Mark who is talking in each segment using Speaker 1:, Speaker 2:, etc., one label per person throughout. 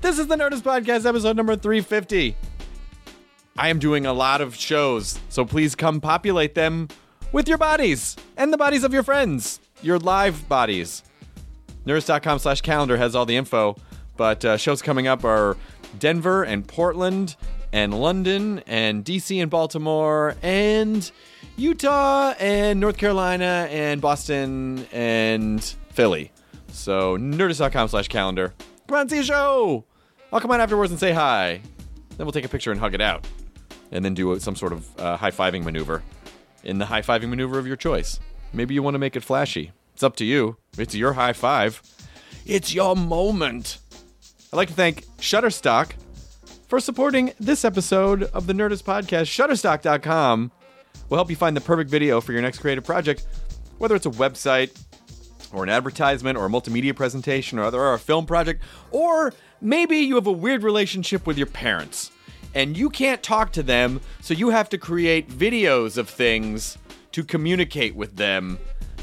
Speaker 1: This is the Nerdist Podcast, episode number 350. I am doing a lot of shows, so please come populate them with your bodies and the bodies of your friends, your live bodies. Nerdist.com slash calendar has all the info, but uh, shows coming up are Denver and Portland and London and DC and Baltimore and Utah and North Carolina and Boston and Philly. So nerdist.com slash calendar. Come on, see a show. I'll come out afterwards and say hi. Then we'll take a picture and hug it out. And then do a- some sort of uh, high fiving maneuver. In the high fiving maneuver of your choice. Maybe you want to make it flashy. It's up to you. It's your high five. It's your moment. I'd like to thank Shutterstock for supporting this episode of the Nerdist Podcast. Shutterstock.com will help you find the perfect video for your next creative project, whether it's a website, or an advertisement or a multimedia presentation or, other, or a film project, or maybe you have a weird relationship with your parents and you can't talk to them, so you have to create videos of things to communicate with them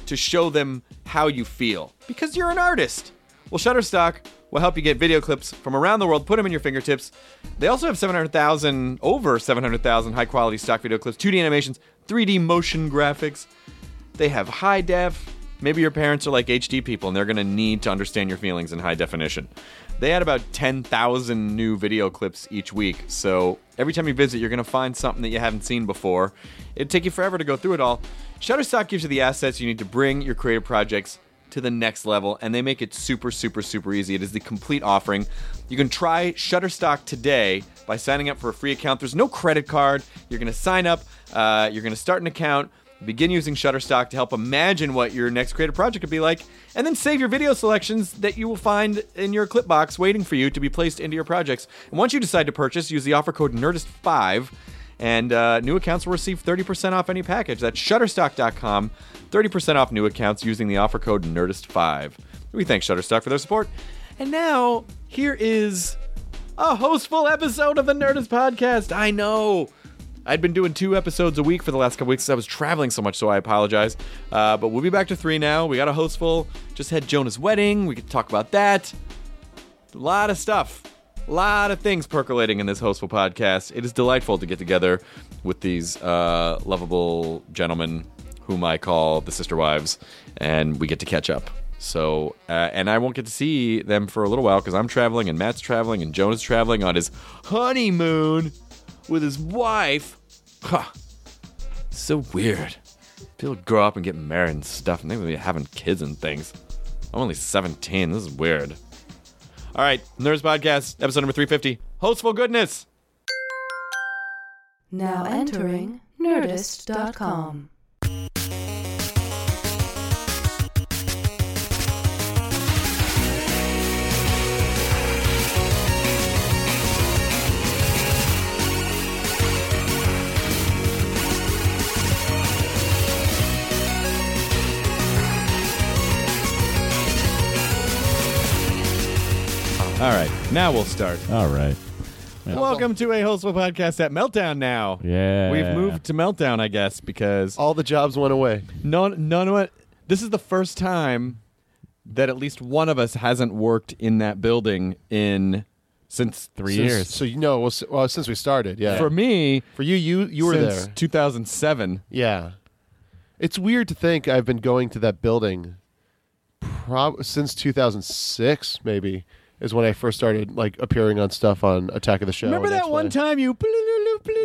Speaker 1: to show them how you feel because you're an artist. Well, Shutterstock will help you get video clips from around the world, put them in your fingertips. They also have 700,000, over 700,000 high quality stock video clips, 2D animations, 3D motion graphics they have high def. Maybe your parents are like HD people and they're going to need to understand your feelings in high definition. They had about 10,000 new video clips each week, so every time you visit, you're going to find something that you haven't seen before. It'd take you forever to go through it all. Shutterstock gives you the assets you need to bring your creative projects to the next level, and they make it super, super, super easy. It is the complete offering. You can try Shutterstock today by signing up for a free account. There's no credit card. You're going to sign up, uh, you're going to start an account. Begin using Shutterstock to help imagine what your next creative project could be like, and then save your video selections that you will find in your clip box waiting for you to be placed into your projects. And once you decide to purchase, use the offer code NERDIST5, and uh, new accounts will receive 30% off any package. That's shutterstock.com, 30% off new accounts using the offer code NERDIST5. We thank Shutterstock for their support. And now, here is a hostful episode of the Nerdist Podcast. I know. I'd been doing two episodes a week for the last couple weeks. 'cause I was traveling so much, so I apologize. Uh, but we'll be back to three now. We got a hostful. Just had Jonah's wedding. We could talk about that. A lot of stuff. A lot of things percolating in this hostful podcast. It is delightful to get together with these uh, lovable gentlemen whom I call the sister wives, and we get to catch up. So, uh, and I won't get to see them for a little while because I'm traveling, and Matt's traveling, and Jonah's traveling on his honeymoon with his wife. Huh. So weird. People grow up and get married and stuff, and they're be having kids and things. I'm only 17. This is weird. All right, Nerds Podcast, episode number 350. Hostful goodness.
Speaker 2: Now entering Nerdist.com.
Speaker 1: All right, now we'll start.
Speaker 3: All right.
Speaker 1: Welcome to a Hostful Podcast at Meltdown now.
Speaker 3: Yeah.
Speaker 1: We've moved to Meltdown, I guess, because
Speaker 4: All the jobs went away.
Speaker 1: none, none of it, this is the first time that at least one of us hasn't worked in that building in since
Speaker 3: Three
Speaker 1: since-
Speaker 3: years.
Speaker 4: So you know, well, s- well, since we started, yeah.
Speaker 1: For
Speaker 4: For,
Speaker 1: me,
Speaker 4: you, you you were
Speaker 1: since
Speaker 4: there.
Speaker 1: 2007.
Speaker 4: Yeah. It's weird to think I've been going to that building prob- since 2006, maybe is when I first started like appearing on stuff on Attack of the Show.
Speaker 1: Remember
Speaker 4: and
Speaker 1: that one
Speaker 4: X-Men.
Speaker 1: time you?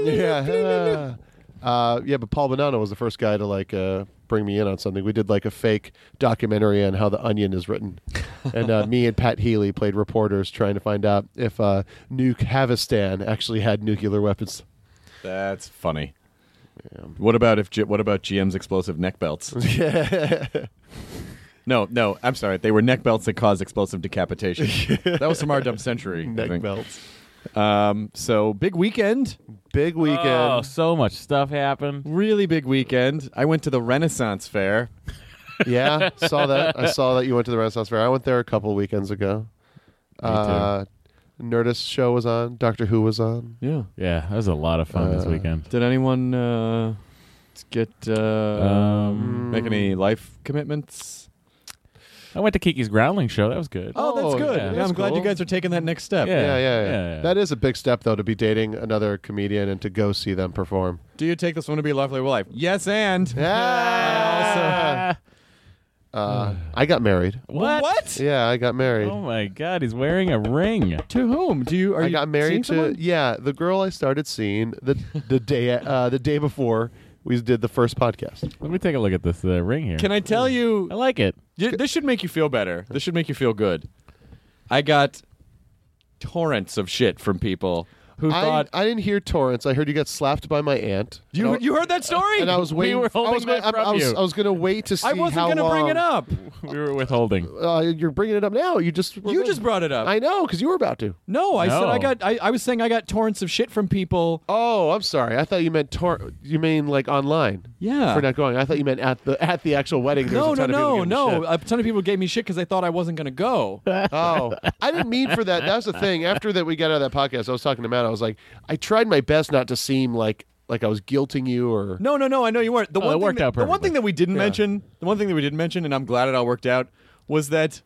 Speaker 4: Yeah. Uh, yeah, but Paul Bonanno was the first guy to like uh, bring me in on something. We did like a fake documentary on how The Onion is written, and uh, me and Pat Healy played reporters trying to find out if uh, Nuke Havistan actually had nuclear weapons.
Speaker 1: That's funny. What about if G- what about GM's explosive neck belts? no, no, I'm sorry. They were neck belts that caused explosive decapitation. that was from our dumb century. I
Speaker 4: Neck
Speaker 1: think.
Speaker 4: belts.
Speaker 1: Um, so big weekend,
Speaker 4: Big weekend.
Speaker 3: Oh, so much stuff happened.
Speaker 1: really big weekend. I went to the Renaissance Fair.
Speaker 4: yeah, saw that. I saw that you went to the Renaissance Fair. I went there a couple weekends ago. Uh, Nerdist show was on. Doctor Who was on.
Speaker 1: Yeah.
Speaker 3: Yeah, that was a lot of fun this
Speaker 4: Uh,
Speaker 3: weekend.
Speaker 1: Did anyone uh, get uh,
Speaker 3: Um,
Speaker 1: make any life commitments?
Speaker 3: I went to Kiki's Groundling show. That was good.
Speaker 1: Oh, that's
Speaker 4: Oh,
Speaker 1: good.
Speaker 3: yeah.
Speaker 1: Yeah,
Speaker 3: That's
Speaker 1: I'm glad you
Speaker 4: cool.
Speaker 1: guys are taking that next step.
Speaker 3: Yeah.
Speaker 4: Yeah, yeah, yeah,
Speaker 3: Yeah, yeah.
Speaker 4: That is a big step, though, to be dating another comedian and to go see them perform.
Speaker 1: Do you take this one to be lovely wife? Yes, and.
Speaker 4: Yeah.
Speaker 3: Ah,
Speaker 4: Uh, I got married.
Speaker 3: what?
Speaker 1: What?
Speaker 4: Yeah, I got married.
Speaker 3: Oh my God! He's wearing a ring.
Speaker 1: To whom? Do you? Are
Speaker 4: I
Speaker 1: you
Speaker 4: got married to
Speaker 1: seeing someone?
Speaker 4: yeah, the girl I started seeing the the day uh, the day before we did the first podcast.
Speaker 3: Let me take a look at this uh, ring here.
Speaker 1: Can I tell you?
Speaker 3: I like it.
Speaker 1: y- This should make you feel better. This should make you feel good. I got torrents of shit from people who
Speaker 4: I,
Speaker 1: thought
Speaker 4: I didn't hear Torrance. I heard you got slapped by my aunt.
Speaker 1: you.
Speaker 4: and I,
Speaker 1: you heard that story?
Speaker 4: and I was waiting.
Speaker 3: were
Speaker 4: I
Speaker 3: holding
Speaker 4: was, gonna-
Speaker 3: that
Speaker 4: I, I
Speaker 3: from
Speaker 4: was,
Speaker 3: you.
Speaker 4: I was going to wait to see
Speaker 1: I wasn't
Speaker 4: how
Speaker 1: gonna bring it
Speaker 4: long-
Speaker 1: up.
Speaker 3: We were withholding.
Speaker 4: Uh, you're bringing it up now. You just
Speaker 1: You just brought it up.
Speaker 4: I know because you were about to.
Speaker 1: no, I said I
Speaker 3: No.
Speaker 1: got. I, I was saying I got torrents of shit from people.
Speaker 4: Oh, I'm sorry. I thought you meant tor- You mean like online?
Speaker 1: Yeah.
Speaker 4: For not going. I thought you meant at the at the actual wedding. There
Speaker 1: No,
Speaker 4: was
Speaker 1: no,
Speaker 4: a ton of
Speaker 1: no,
Speaker 4: people giving
Speaker 1: no. A ton of people gave me shit because they thought I wasn't gonna go.
Speaker 4: shit. Oh, I didn't mean for that. That's the thing. After that, we got out of that podcast. I was talking to Matt. I was like, I tried my best not to seem like like I was guilting you or.
Speaker 1: No, no, no. I know you weren't. The one
Speaker 3: it
Speaker 1: thing
Speaker 3: Oh, worked
Speaker 1: that,
Speaker 3: out
Speaker 1: The one
Speaker 3: perfectly.
Speaker 1: thing that we didn't mention, the one thing that we didn't mention, and I'm glad it all worked out, was that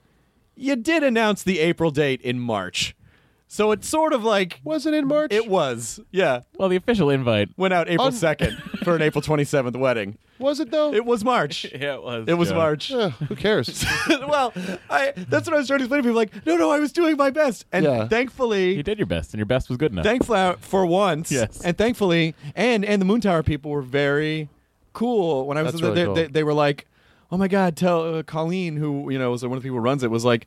Speaker 1: you did announce the April date in March. So it's sort of like
Speaker 4: Was it in March?
Speaker 1: it was. Yeah,
Speaker 3: Well, the official invite.
Speaker 1: went out April
Speaker 3: Um,
Speaker 4: Un-
Speaker 1: second for an April 27th wedding.
Speaker 4: was it though.
Speaker 1: It was March.
Speaker 3: Yeah, it was.
Speaker 1: It was
Speaker 3: Yeah.
Speaker 1: March.
Speaker 4: Ugh, who cares?
Speaker 1: well, I that's what I was trying to explain to people. Like, no, no, I was doing my best, and
Speaker 4: Yeah.
Speaker 1: thankfully,
Speaker 3: You did your best, and your best was good enough.
Speaker 1: thankfully for once
Speaker 3: Yes.
Speaker 1: and thankfully and and the moon tower people were very cool when i was
Speaker 4: That's
Speaker 1: they,
Speaker 4: really
Speaker 1: they-
Speaker 4: cool.
Speaker 1: they, they were like oh my god tell uh, colleen who you know was one of the people who runs it was like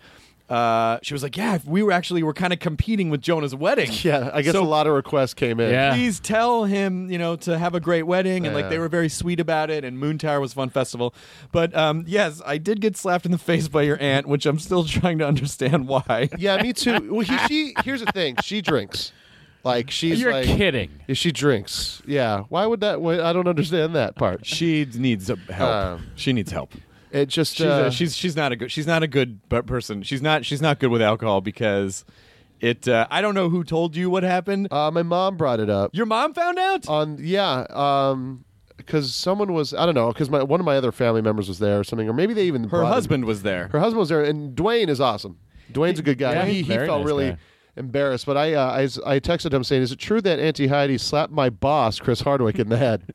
Speaker 1: uh, she was like yeah we were actually were kind of competing with jonah's wedding
Speaker 4: yeah, I guess
Speaker 1: So-
Speaker 4: a lot of requests came in.
Speaker 3: Yeah.
Speaker 1: please tell him you know to have a great wedding and like
Speaker 4: Yeah.
Speaker 1: they were very sweet about it and moon tower was a fun festival but um, yes i did get slapped in the face by your aunt which i'm still trying to understand why
Speaker 4: Yeah, me too. Well, he, she here's the thing. She drinks. Like she's
Speaker 3: You're
Speaker 4: like
Speaker 3: kidding.
Speaker 4: She drinks. Yeah. Why would that? Why, I don't understand that part.
Speaker 1: she needs help
Speaker 4: Um,
Speaker 1: she needs help
Speaker 4: It just
Speaker 1: She's,
Speaker 4: uh,
Speaker 1: a, she's she's not a good she's not a good bu- person. She's not she's not good with alcohol because it. Uh, I don't know who told you what happened.
Speaker 4: uh, my mom brought it up
Speaker 1: Your mom found out.
Speaker 4: on yeah um because someone was I don't know because my one of my other family members was there or something or maybe they even
Speaker 1: Her
Speaker 4: brought him.
Speaker 1: husband was there.
Speaker 4: her husband was there and Dwayne is awesome. Dwayne's a good guy.
Speaker 3: Yeah,
Speaker 4: he
Speaker 3: he's
Speaker 4: he
Speaker 3: very
Speaker 4: felt
Speaker 3: nice
Speaker 4: really
Speaker 3: guy.
Speaker 4: embarrassed, but I, uh, I s- I texted him saying, "Is it true that Auntie Heidi slapped my boss Chris Hardwick in the head?"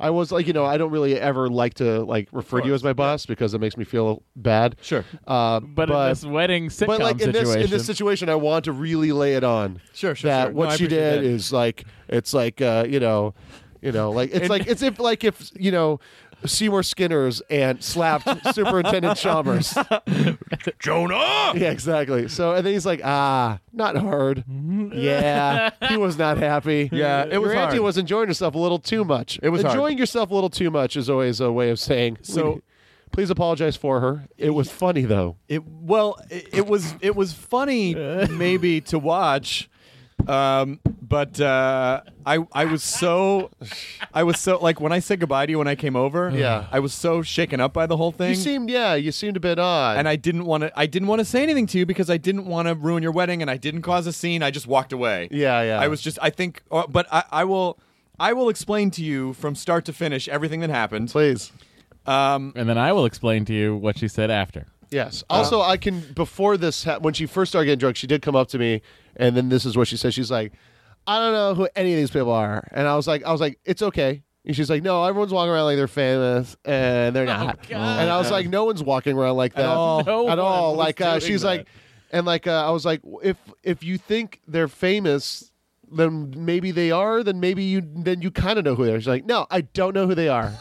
Speaker 4: I was like, you know, I don't really ever like to like refer to you as my boss because it makes me feel bad.
Speaker 1: Sure.
Speaker 4: uh,
Speaker 3: but, in this wedding sitcom
Speaker 4: but like in
Speaker 3: situation,
Speaker 4: this in this situation, I want to really lay it on.
Speaker 1: Sure, sure,
Speaker 4: That
Speaker 1: sure. No,
Speaker 4: what
Speaker 1: I
Speaker 4: she
Speaker 1: appreciate
Speaker 4: did
Speaker 1: that.
Speaker 4: is like it's like uh, you know, you know, like it's like it's if like if you know Seymour Skinner's and slapped Superintendent Chalmers.
Speaker 1: Jonah.
Speaker 4: Yeah, exactly. So and then he's like, ah, not hard. yeah, he was not happy.
Speaker 1: Yeah, it was
Speaker 4: Your auntie
Speaker 1: hard.
Speaker 4: was enjoying herself a little too much. It
Speaker 1: was hard.
Speaker 4: enjoying yourself a little too much is always a way of saying
Speaker 1: So-
Speaker 4: Please apologize for her. It was funny though.
Speaker 1: It well, it, it was it was funny maybe to watch, um, but uh, I I was so I was so like when I said goodbye to you when I came over.
Speaker 4: Yeah.
Speaker 1: I was so shaken up by the whole thing.
Speaker 4: You seemed yeah, you seemed a bit odd.
Speaker 1: and I didn't want to. I didn't want to say anything to you because I didn't want to ruin your wedding, and I didn't cause a scene. I just walked away.
Speaker 4: Yeah, yeah.
Speaker 1: I was just. I think, uh, but I, I will. I will explain to you from start to finish everything that happened.
Speaker 4: please.
Speaker 1: Um,
Speaker 3: and then I will explain to you what she said after.
Speaker 4: Yes. Also, I can before this ha- when she first started getting drunk, she did come up to me, and then this is what she said. She's like, "I don't know who any of these people are," and I was like, "I was like, it's okay." And she's like, "No, everyone's walking around like they're famous, and they're
Speaker 3: Oh,
Speaker 4: not." and I was like, "No one's walking around like that
Speaker 1: all.
Speaker 3: No one
Speaker 4: at all."
Speaker 3: was
Speaker 4: Like uh,
Speaker 3: doing
Speaker 4: she's
Speaker 3: that.
Speaker 4: like, and like uh, I was like, if if you think they're famous. Then maybe they are. Then maybe you. Then you kind of know who they are. She's like, no, I don't know who they are.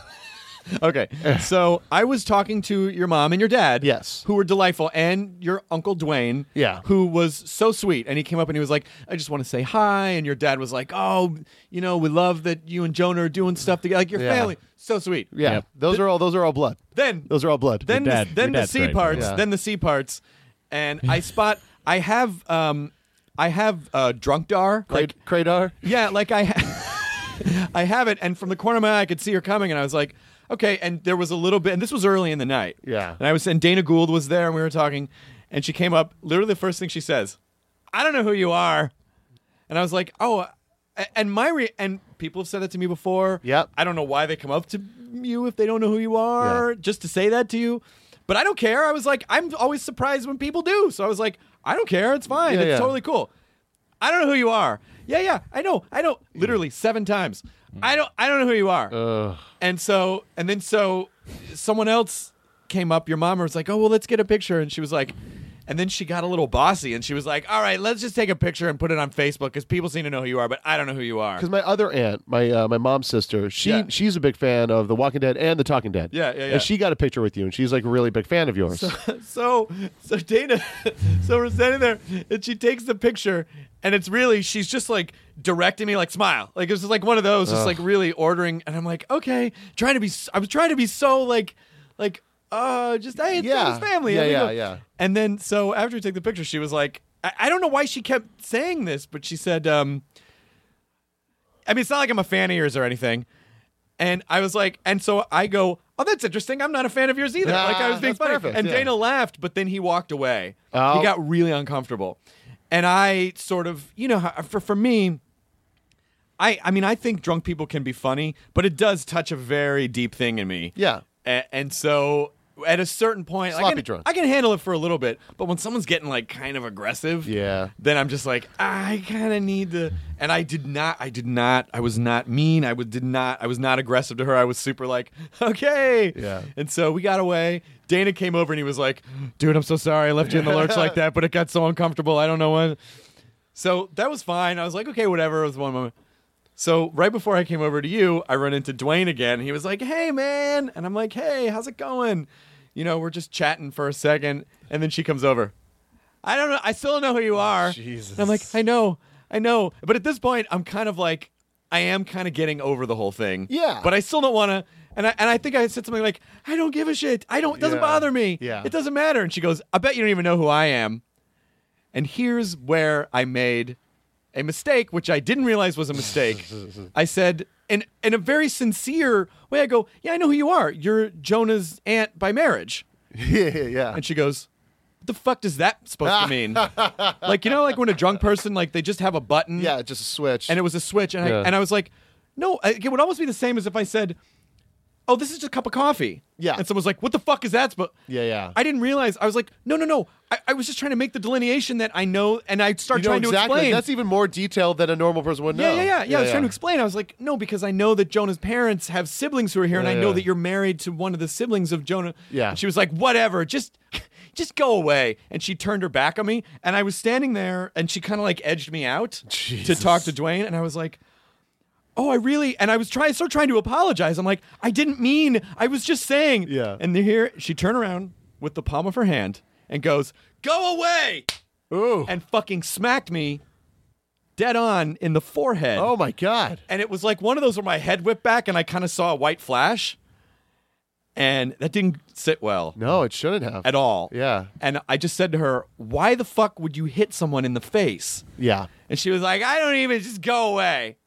Speaker 1: okay, so I was talking to your mom and your dad.
Speaker 4: Yes.
Speaker 1: who were delightful, and your uncle Dwayne.
Speaker 4: Yeah.
Speaker 1: who was so sweet, and he came up and he was like, "I just want to say hi," and your dad was like, "Oh, you know, we love that you and Jonah are doing stuff together, like your
Speaker 4: Yeah.
Speaker 1: family." So sweet.
Speaker 4: Yeah,
Speaker 3: Yep.
Speaker 4: those are all. Those are all blood.
Speaker 1: Then
Speaker 4: Those are all blood.
Speaker 1: then the,
Speaker 3: dad- your
Speaker 1: then the
Speaker 3: dad's
Speaker 1: C
Speaker 3: great.
Speaker 1: parts,
Speaker 4: Yeah.
Speaker 1: then the C parts, and I spot I have um I have uh, drunk dar like
Speaker 4: Like Cradar.
Speaker 1: yeah like I ha- I have it and from the corner of my eye I could see her coming and I was like okay and there was a little bit and this was early in the night
Speaker 4: Yeah.
Speaker 1: and I was and Dana Gould was there and we were talking and she came up literally the first thing she says I don't know who you are and I was like oh a- and my re- and people have said that to me before
Speaker 4: Yep.
Speaker 1: I don't know why they come up to you if they don't know who you are
Speaker 4: Yeah.
Speaker 1: just to say that to you. But I don't care. I was like, I'm always surprised when people do. So I was like, I don't care. It's fine.
Speaker 4: Yeah,
Speaker 1: it's
Speaker 4: yeah.
Speaker 1: totally cool. I don't know who you are. Yeah, yeah. I know. I know. Literally seven times. I don't. I don't know who you are.
Speaker 4: Ugh.
Speaker 1: And so, and then so, someone else came up. Your mom was like, "Oh, well, let's get a picture." And she was like, and then she got a little bossy, and she was like, "All right, let's just take a picture and put it on Facebook because people seem to know who you are, but I don't know who you are."
Speaker 4: Because my other aunt, my uh, my mom's sister, she
Speaker 1: Yeah.
Speaker 4: she's a big fan of The Walking Dead and The Talking Dead.
Speaker 1: Yeah, yeah, yeah.
Speaker 4: And she got a picture with you, and she's like a really big fan of yours.
Speaker 1: So, so Dana, so we're standing there, and she takes the picture, and it's really she's just like directing me, like smile, like it's just like one of those, just like really ordering, and I'm like, okay, trying to be, s- I was trying to be so like, like, uh, just hey, it's
Speaker 4: Yeah.
Speaker 1: his family,
Speaker 4: Yeah,
Speaker 1: and we
Speaker 4: yeah,
Speaker 1: go-
Speaker 4: yeah.
Speaker 1: And then so after we took the picture, she was like, I, I don't know why she kept saying this, but she said, um, I mean, it's not like I'm a fan of yours or anything. And I was like, and so I go, oh, that's interesting. I'm not a fan of yours either.
Speaker 4: Ah,
Speaker 1: like I was being
Speaker 4: that's
Speaker 1: funny.
Speaker 4: perfect,
Speaker 1: and
Speaker 4: yeah.
Speaker 1: Dana laughed, but then he walked away.
Speaker 4: Oh.
Speaker 1: He got really uncomfortable. And I sort of, you know, how- for for me, I I mean, I think drunk people can be funny, but it does touch a very deep thing in me.
Speaker 4: yeah.
Speaker 1: A- and so at a certain point, I
Speaker 4: Sloppy
Speaker 1: can,
Speaker 4: drunk.
Speaker 1: I can handle it for a little bit, but when someone's getting like kind of aggressive,
Speaker 4: Yeah.
Speaker 1: then I'm just like, I kind of need to. And I did not, I did not, I was not mean. I was, did not, I was not aggressive to her. I was super like, okay.
Speaker 4: Yeah.
Speaker 1: And so we got away. Dana came over and he was like, dude, I'm so sorry I left you in the lurch like that, but it got so uncomfortable. I don't know when. So that was fine. I was like, okay, whatever. It was one moment. So right before I came over to you, I run into Dwayne again. He was like, "Hey, man," and I'm like, "Hey, how's it going?" You know, we're just chatting for a second, and then she comes over. I don't know. I still don't know who you are.
Speaker 4: Oh, Jesus.
Speaker 1: And I'm like, I know, I know. But at this point, I'm kind of like, I am kind of getting over the whole thing.
Speaker 4: Yeah.
Speaker 1: But I still don't want to. And I and I think I said something like, I don't give a shit. I don't. It doesn't
Speaker 4: Yeah.
Speaker 1: bother me.
Speaker 4: Yeah.
Speaker 1: It doesn't matter. And she goes, I bet you don't even know who I am. And here's where I made a mistake, which I didn't realize was a mistake. I said, in, in a very sincere way, I go, Yeah, I know who you are. You're Jonah's aunt by marriage.
Speaker 4: Yeah, yeah, yeah.
Speaker 1: And she goes, What the fuck does that supposed to mean? like, you know, like when a drunk person, like they just have a button
Speaker 4: Yeah, just a switch.
Speaker 1: and it was a switch, and,
Speaker 4: Yeah.
Speaker 1: I, and I was like, No, I- it would almost be the same as if I said, Oh, this is just a cup of coffee.
Speaker 4: Yeah.
Speaker 1: And someone's like, What the fuck is that? supposed
Speaker 4: Yeah, yeah.
Speaker 1: I didn't realize. I was like, No, no, no. I, I was just trying to make the delineation that I know, and I start
Speaker 4: you know
Speaker 1: trying
Speaker 4: exactly.
Speaker 1: to explain.
Speaker 4: That's even more detailed than a normal person would
Speaker 1: Yeah,
Speaker 4: know.
Speaker 1: yeah, yeah, yeah. I was trying to explain. I was like, no, because I know that Jonah's parents have siblings who are here, and
Speaker 4: Yeah,
Speaker 1: I know
Speaker 4: yeah.
Speaker 1: that you're married to one of the siblings of Jonah.
Speaker 4: Yeah.
Speaker 1: And she was like, whatever, just, just go away. And she turned her back on me, and I was standing there, and she kind of like edged me out to
Speaker 4: Jesus.
Speaker 1: talk to Dwayne, and I was like. Oh, I really and I was trying start trying to apologize. I'm like, I didn't mean. I was just saying.
Speaker 4: Yeah.
Speaker 1: And here she turned around with the palm of her hand and goes, "Go away!"
Speaker 4: Ooh.
Speaker 1: and fucking smacked me dead on in the forehead.
Speaker 4: oh my god.
Speaker 1: And it was like one of those where my head whipped back and I kind of saw a white flash. And that didn't sit well
Speaker 4: No, it shouldn't have.
Speaker 1: at all.
Speaker 4: Yeah.
Speaker 1: And I just said to her, Why the fuck would you hit someone in the face?
Speaker 4: Yeah.
Speaker 1: And she was like, I don't even, just go away.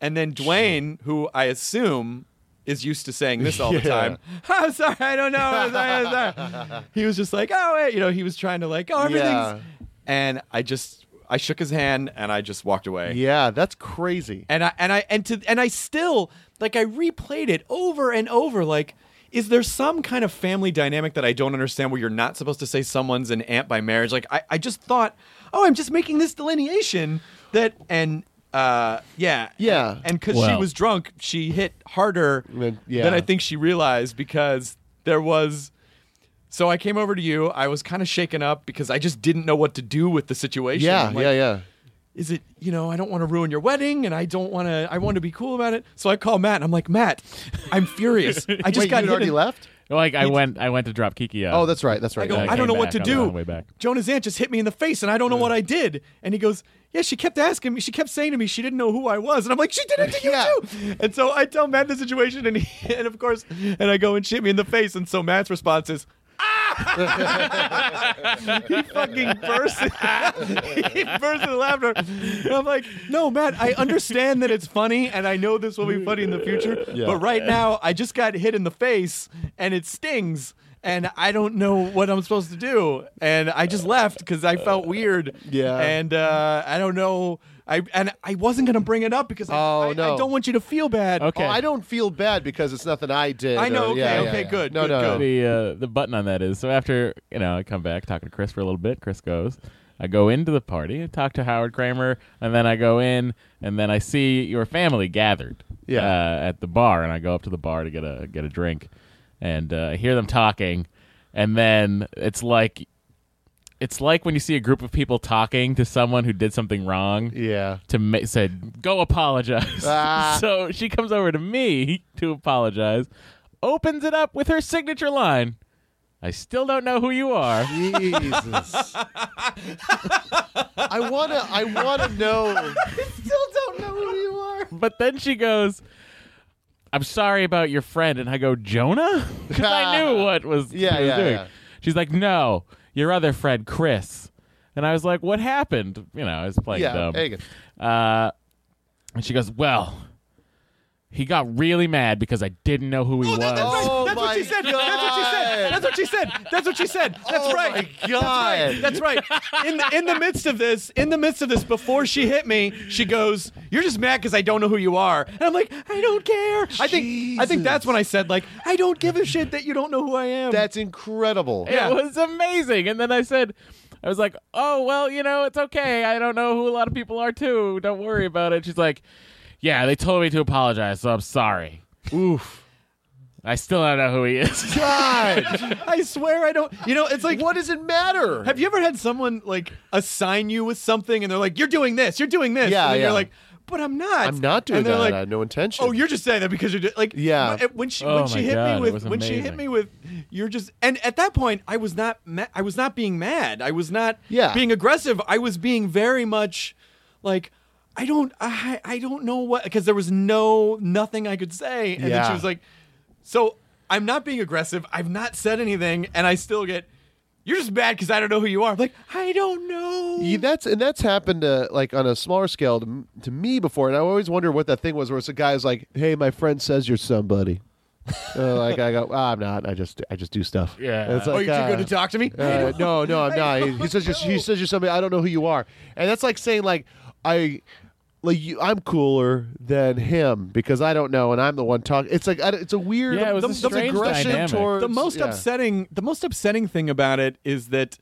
Speaker 1: And then Dwayne, who I assume is used to saying this all the
Speaker 4: Yeah.
Speaker 1: time, I'm sorry, I don't know. I'm sorry, I'm sorry." He was just like, oh, wait. You know, he was trying to, like, oh, everything's.
Speaker 4: Yeah.
Speaker 1: And I just, I shook his hand and I just walked away.
Speaker 4: Yeah, that's crazy.
Speaker 1: And I and I and to and I still like I replayed it over and over. Like, is there some kind of family dynamic that I don't understand where you're not supposed to say someone's an aunt by marriage? Like I, I just thought, oh, I'm just making this delineation that and uh yeah.
Speaker 4: Yeah.
Speaker 1: And because she
Speaker 3: Well.
Speaker 1: was drunk, she hit harder
Speaker 4: Then- yeah.
Speaker 1: than I think she realized because there was so I came over to you. I was kind of shaken up because I just didn't know what to do with the situation.
Speaker 4: Yeah,
Speaker 1: I'm like,
Speaker 4: yeah, yeah.
Speaker 1: is it you know i don't want to ruin your wedding and i don't want to i want to be cool about it so i call matt and i'm like matt i'm furious i just
Speaker 4: Wait,
Speaker 1: got hit
Speaker 4: you'd already
Speaker 1: in-
Speaker 4: left.
Speaker 3: Like I went, I went to drop Kiki off.
Speaker 4: Oh, that's right. That's right.
Speaker 1: i go
Speaker 3: Yeah, I
Speaker 1: i
Speaker 3: came
Speaker 1: don't know what to
Speaker 3: back on the
Speaker 1: do
Speaker 3: way back.
Speaker 1: jonah's aunt just hit me in the face and i don't know what i did and he goes yeah she kept asking me she kept saying to me she didn't know who i was and i'm like she did it to you
Speaker 4: Yeah.
Speaker 1: too and so i tell matt the situation and he, and of course and i go and she hit me in the face and so matt's response is fucking burst. he burst into laughter. And I'm like, no, Matt, I understand that it's funny, and I know this will be funny in the future.
Speaker 4: Yeah.
Speaker 1: But right now, I just got hit in the face, and it stings. and I don't know what I'm supposed to do. And I just left because I felt weird.
Speaker 4: Yeah.
Speaker 1: And uh, I don't know. I and I wasn't gonna bring it up because I,
Speaker 4: Oh,
Speaker 1: I- I
Speaker 4: no.
Speaker 1: don't want you to feel bad.
Speaker 3: Okay.
Speaker 4: Oh, I don't feel bad because it's nothing I did.
Speaker 1: I know,
Speaker 4: or- yeah,
Speaker 1: okay,
Speaker 4: yeah,
Speaker 1: okay,
Speaker 4: yeah.
Speaker 1: good,
Speaker 4: No,
Speaker 1: good,
Speaker 4: no.
Speaker 1: good.
Speaker 3: the uh, the button on that is. So after you know, I come back talking to Chris for a little bit. Chris goes. I go into the party. I talk to Howard Kramer, and then I go in, and then I see your family gathered.
Speaker 4: Yeah.
Speaker 3: Uh, at the bar, and I go up to the bar to get a get a drink, and uh, I hear them talking, and then it's like. It's like when you see a group of people talking to someone who did something wrong,
Speaker 4: Yeah.
Speaker 3: to ma- said go apologize.
Speaker 4: Ah.
Speaker 3: so she comes over to me to apologize, opens it up with her signature line. I still don't know who you are.
Speaker 4: Jesus. I wanna I wanna know
Speaker 1: Still don't know who you are.
Speaker 3: But then she goes, "I'm sorry about your friend," and I go, "Jonah," because I knew what was
Speaker 4: Yeah,
Speaker 3: she was
Speaker 4: yeah,
Speaker 3: doing.
Speaker 4: yeah.
Speaker 3: She's like, "No, your other friend, Chris," and I was like, "What happened?" You know, I was playing
Speaker 4: Yeah,
Speaker 3: dumb.
Speaker 4: Hagen.
Speaker 3: Uh, and she goes, "Well." He got really mad because I didn't know who he
Speaker 1: Oh,
Speaker 3: was.
Speaker 1: that- that's right.
Speaker 4: Oh
Speaker 1: that's what she
Speaker 4: my
Speaker 1: said. That's what she said.
Speaker 4: God.
Speaker 1: That's what she said. That's what she said. That's
Speaker 4: Oh
Speaker 1: right.
Speaker 4: my God.
Speaker 1: That's right. That's right. In the, in the midst of this, in the midst of this, before she hit me, she goes, "You're just mad because I don't know who you are," and I'm like, "I don't care." I think I think that's when I said like, "I don't give a shit that you don't know who I am."
Speaker 4: That's incredible.
Speaker 1: Yeah.
Speaker 3: It was amazing. And then I said, I was like, oh, well, you know, it's okay. I don't know who a lot of people are, too. Don't worry about it. She's like, yeah, they told me to apologize, so I'm sorry.
Speaker 4: Oof.
Speaker 3: I still don't know who he is.
Speaker 4: God.
Speaker 1: I swear I don't. You know, it's like
Speaker 4: what does it matter?
Speaker 1: Have you ever had someone like assign you with something and they're like, "You're doing this. You're doing this."
Speaker 4: Yeah,
Speaker 1: and then
Speaker 4: yeah.
Speaker 1: you're like, "But I'm not.
Speaker 4: I'm not doing
Speaker 1: and they're
Speaker 4: that.
Speaker 1: Like,
Speaker 4: I had no intention.
Speaker 1: Oh, you're just saying that because you're do- like
Speaker 4: Yeah.
Speaker 1: when- When she
Speaker 3: Oh
Speaker 1: when she
Speaker 3: my
Speaker 1: hit
Speaker 3: God, it
Speaker 1: me with
Speaker 3: was
Speaker 1: when she hit
Speaker 3: amazing.
Speaker 1: me with you're just and at that point I was not ma- I was not being mad. I was not
Speaker 4: Yeah.
Speaker 1: being aggressive. I was being very much like I don't I I don't know what because there was no nothing I could say and then
Speaker 4: Yeah.
Speaker 1: she was like so I'm not being aggressive. I've not said anything and I still get you're just bad because I don't know who you are. I'm like I don't know.
Speaker 4: Yeah, that's and that's happened to like on a smaller scale to, m- to me before, and I always wonder what that thing was where it's a guy's like, "Hey, my friend says you're somebody." Uh, like I go, "Ah, I'm not. I just I just do stuff.
Speaker 3: Yeah.
Speaker 4: And it's
Speaker 1: oh,
Speaker 4: like,
Speaker 1: you're too
Speaker 4: uh,
Speaker 1: good to talk to me. I
Speaker 4: uh,
Speaker 1: don't-
Speaker 4: no, no, I'm
Speaker 1: I
Speaker 4: not. He, he says you're, he
Speaker 1: know.
Speaker 4: says you're somebody. I don't know who you are, and that's like saying like I like you, I'm cooler than him because I don't know, and I'm the one talking. It's like I, don't- it's a weird
Speaker 3: Yeah, it was
Speaker 4: the,
Speaker 3: a
Speaker 4: the
Speaker 3: strange
Speaker 4: aggression
Speaker 3: dynamic.
Speaker 4: towards
Speaker 1: the most
Speaker 4: yeah.
Speaker 1: upsetting the most upsetting thing about it is that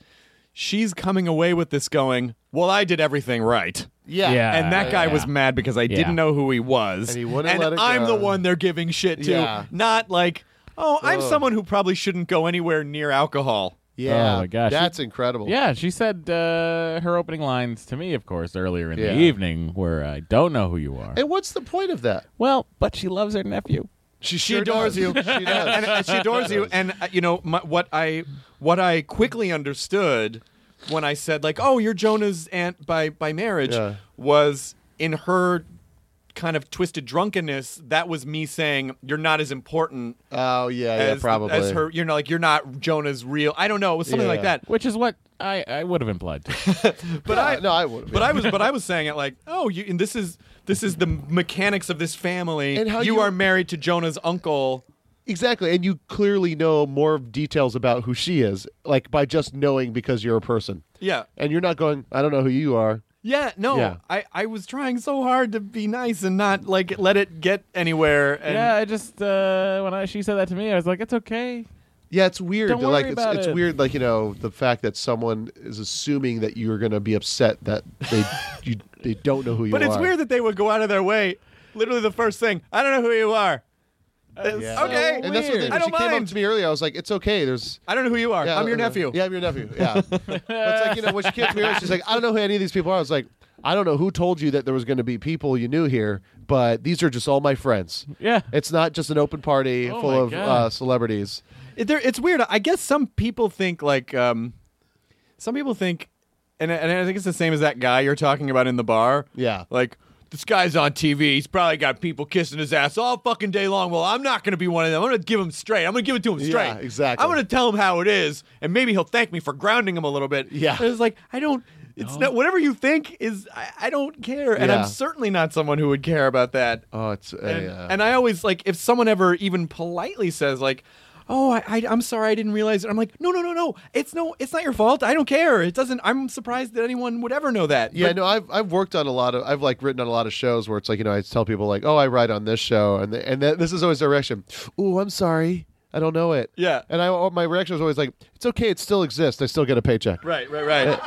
Speaker 1: she's coming away with this going well i did everything right
Speaker 4: Yeah,
Speaker 3: Yeah.
Speaker 1: and that guy
Speaker 3: yeah.
Speaker 1: was mad because i
Speaker 3: Yeah.
Speaker 1: didn't know who he was
Speaker 4: And he wouldn't let it
Speaker 1: i'm
Speaker 4: go.
Speaker 1: the one they're giving shit to
Speaker 4: Yeah.
Speaker 1: not like oh i'm
Speaker 4: Ugh.
Speaker 1: someone who probably shouldn't go anywhere near alcohol
Speaker 4: yeah.
Speaker 3: Oh, my gosh.
Speaker 4: that's incredible.
Speaker 3: yeah, she said uh, her opening lines to me, of course, earlier in
Speaker 4: Yeah.
Speaker 3: the evening where I don't know who you are.
Speaker 4: And what's the point of that?
Speaker 3: well, but she loves her nephew.
Speaker 4: She,
Speaker 1: she
Speaker 4: sure
Speaker 1: adores
Speaker 4: does.
Speaker 1: you
Speaker 4: She
Speaker 1: And-
Speaker 4: does.
Speaker 1: and, and she adores you and uh, you know my, what i what i quickly understood when i said like oh you're jonah's aunt by by marriage
Speaker 4: Yeah.
Speaker 1: was in her kind of twisted drunkenness that was me saying you're not as important
Speaker 4: Oh yeah,
Speaker 1: as,
Speaker 4: yeah, probably.
Speaker 1: as her you know like you're not jonah's real i don't know it was something like
Speaker 4: Yeah.
Speaker 1: that
Speaker 3: Which is what I, I would have implied. too.
Speaker 1: but
Speaker 4: Yeah,
Speaker 1: i
Speaker 4: no, I would.
Speaker 1: but i was but i was saying it like oh you and this is this is the mechanics of this family
Speaker 4: And how
Speaker 1: you,
Speaker 4: you-
Speaker 1: are married to jonah's uncle
Speaker 4: exactly, and you clearly know more details about who she is, like by just knowing because you're a person,
Speaker 1: yeah
Speaker 4: and you're not going. I don't know who you are.
Speaker 1: Yeah, no,
Speaker 4: Yeah.
Speaker 1: I, I was trying so hard to be nice and not like let it get anywhere. And
Speaker 3: yeah, I just uh, when I, she said that to me, I was like, it's okay.
Speaker 4: Yeah, it's weird.
Speaker 3: Don't
Speaker 4: like
Speaker 3: worry
Speaker 4: it's,
Speaker 3: about
Speaker 4: it's
Speaker 3: it.
Speaker 4: weird, like you know, the fact that someone is assuming that you're going to be upset that they you they don't know who you
Speaker 1: but
Speaker 4: are.
Speaker 1: it's weird that they would go out of their way. Literally, the first thing, I don't know who you are. It's-
Speaker 4: Yeah.
Speaker 1: Okay,
Speaker 4: And that's what
Speaker 3: Weird.
Speaker 4: they,
Speaker 1: I
Speaker 4: when
Speaker 1: don't
Speaker 4: she came up
Speaker 1: mind.
Speaker 4: to me earlier. I was like, "It's okay." There's
Speaker 1: I don't know who you are.
Speaker 4: Yeah,
Speaker 1: I'm your
Speaker 4: uh,
Speaker 1: nephew.
Speaker 4: Yeah, I'm your nephew. Yeah. but it's like, you know, when she came to me, she's like, I don't know who any of these people are. I was like, I don't know who told you that there was going to be people you knew here, but these are just all my friends.
Speaker 3: Yeah.
Speaker 4: It's not just an open party
Speaker 3: Oh
Speaker 4: full
Speaker 3: my
Speaker 4: of
Speaker 3: God.
Speaker 4: uh, celebrities.
Speaker 1: It- there- it's weird. I guess some people think like um, some people think, and and I think it's the same as that guy you're talking about in the bar.
Speaker 4: Yeah.
Speaker 1: like this guy's on TV. He's probably got people kissing his ass all fucking day long. Well, I'm not going to be one of them. I'm going to give him straight. I'm going to give it to him straight.
Speaker 4: Yeah, exactly.
Speaker 1: I'm going to tell him how it is, and maybe he'll thank me for grounding him a little bit.
Speaker 4: Yeah.
Speaker 1: But it's like I don't. It's not whatever you think is. I, I don't care, and
Speaker 4: Yeah.
Speaker 1: I'm certainly not someone who would care about that
Speaker 4: Oh, it's.
Speaker 1: and,
Speaker 4: uh,
Speaker 1: and I always like if someone ever even politely says like, "Oh, I, I I'm sorry, I didn't realize it." I'm like, "No, no, no, no. It's no, it's not your fault. I don't care. It doesn't. I'm surprised that anyone would ever know that."
Speaker 4: Yeah,
Speaker 1: But-
Speaker 4: no, I've I've worked on a lot of I've like written on a lot of shows where it's like you know I tell people like oh I write on this show and the, and that, this is always their reaction. Ooh, I'm sorry, I don't know it.
Speaker 1: Yeah.
Speaker 4: and I my reaction was always like it's okay, it still exists. I still get a paycheck.
Speaker 1: right, right, right.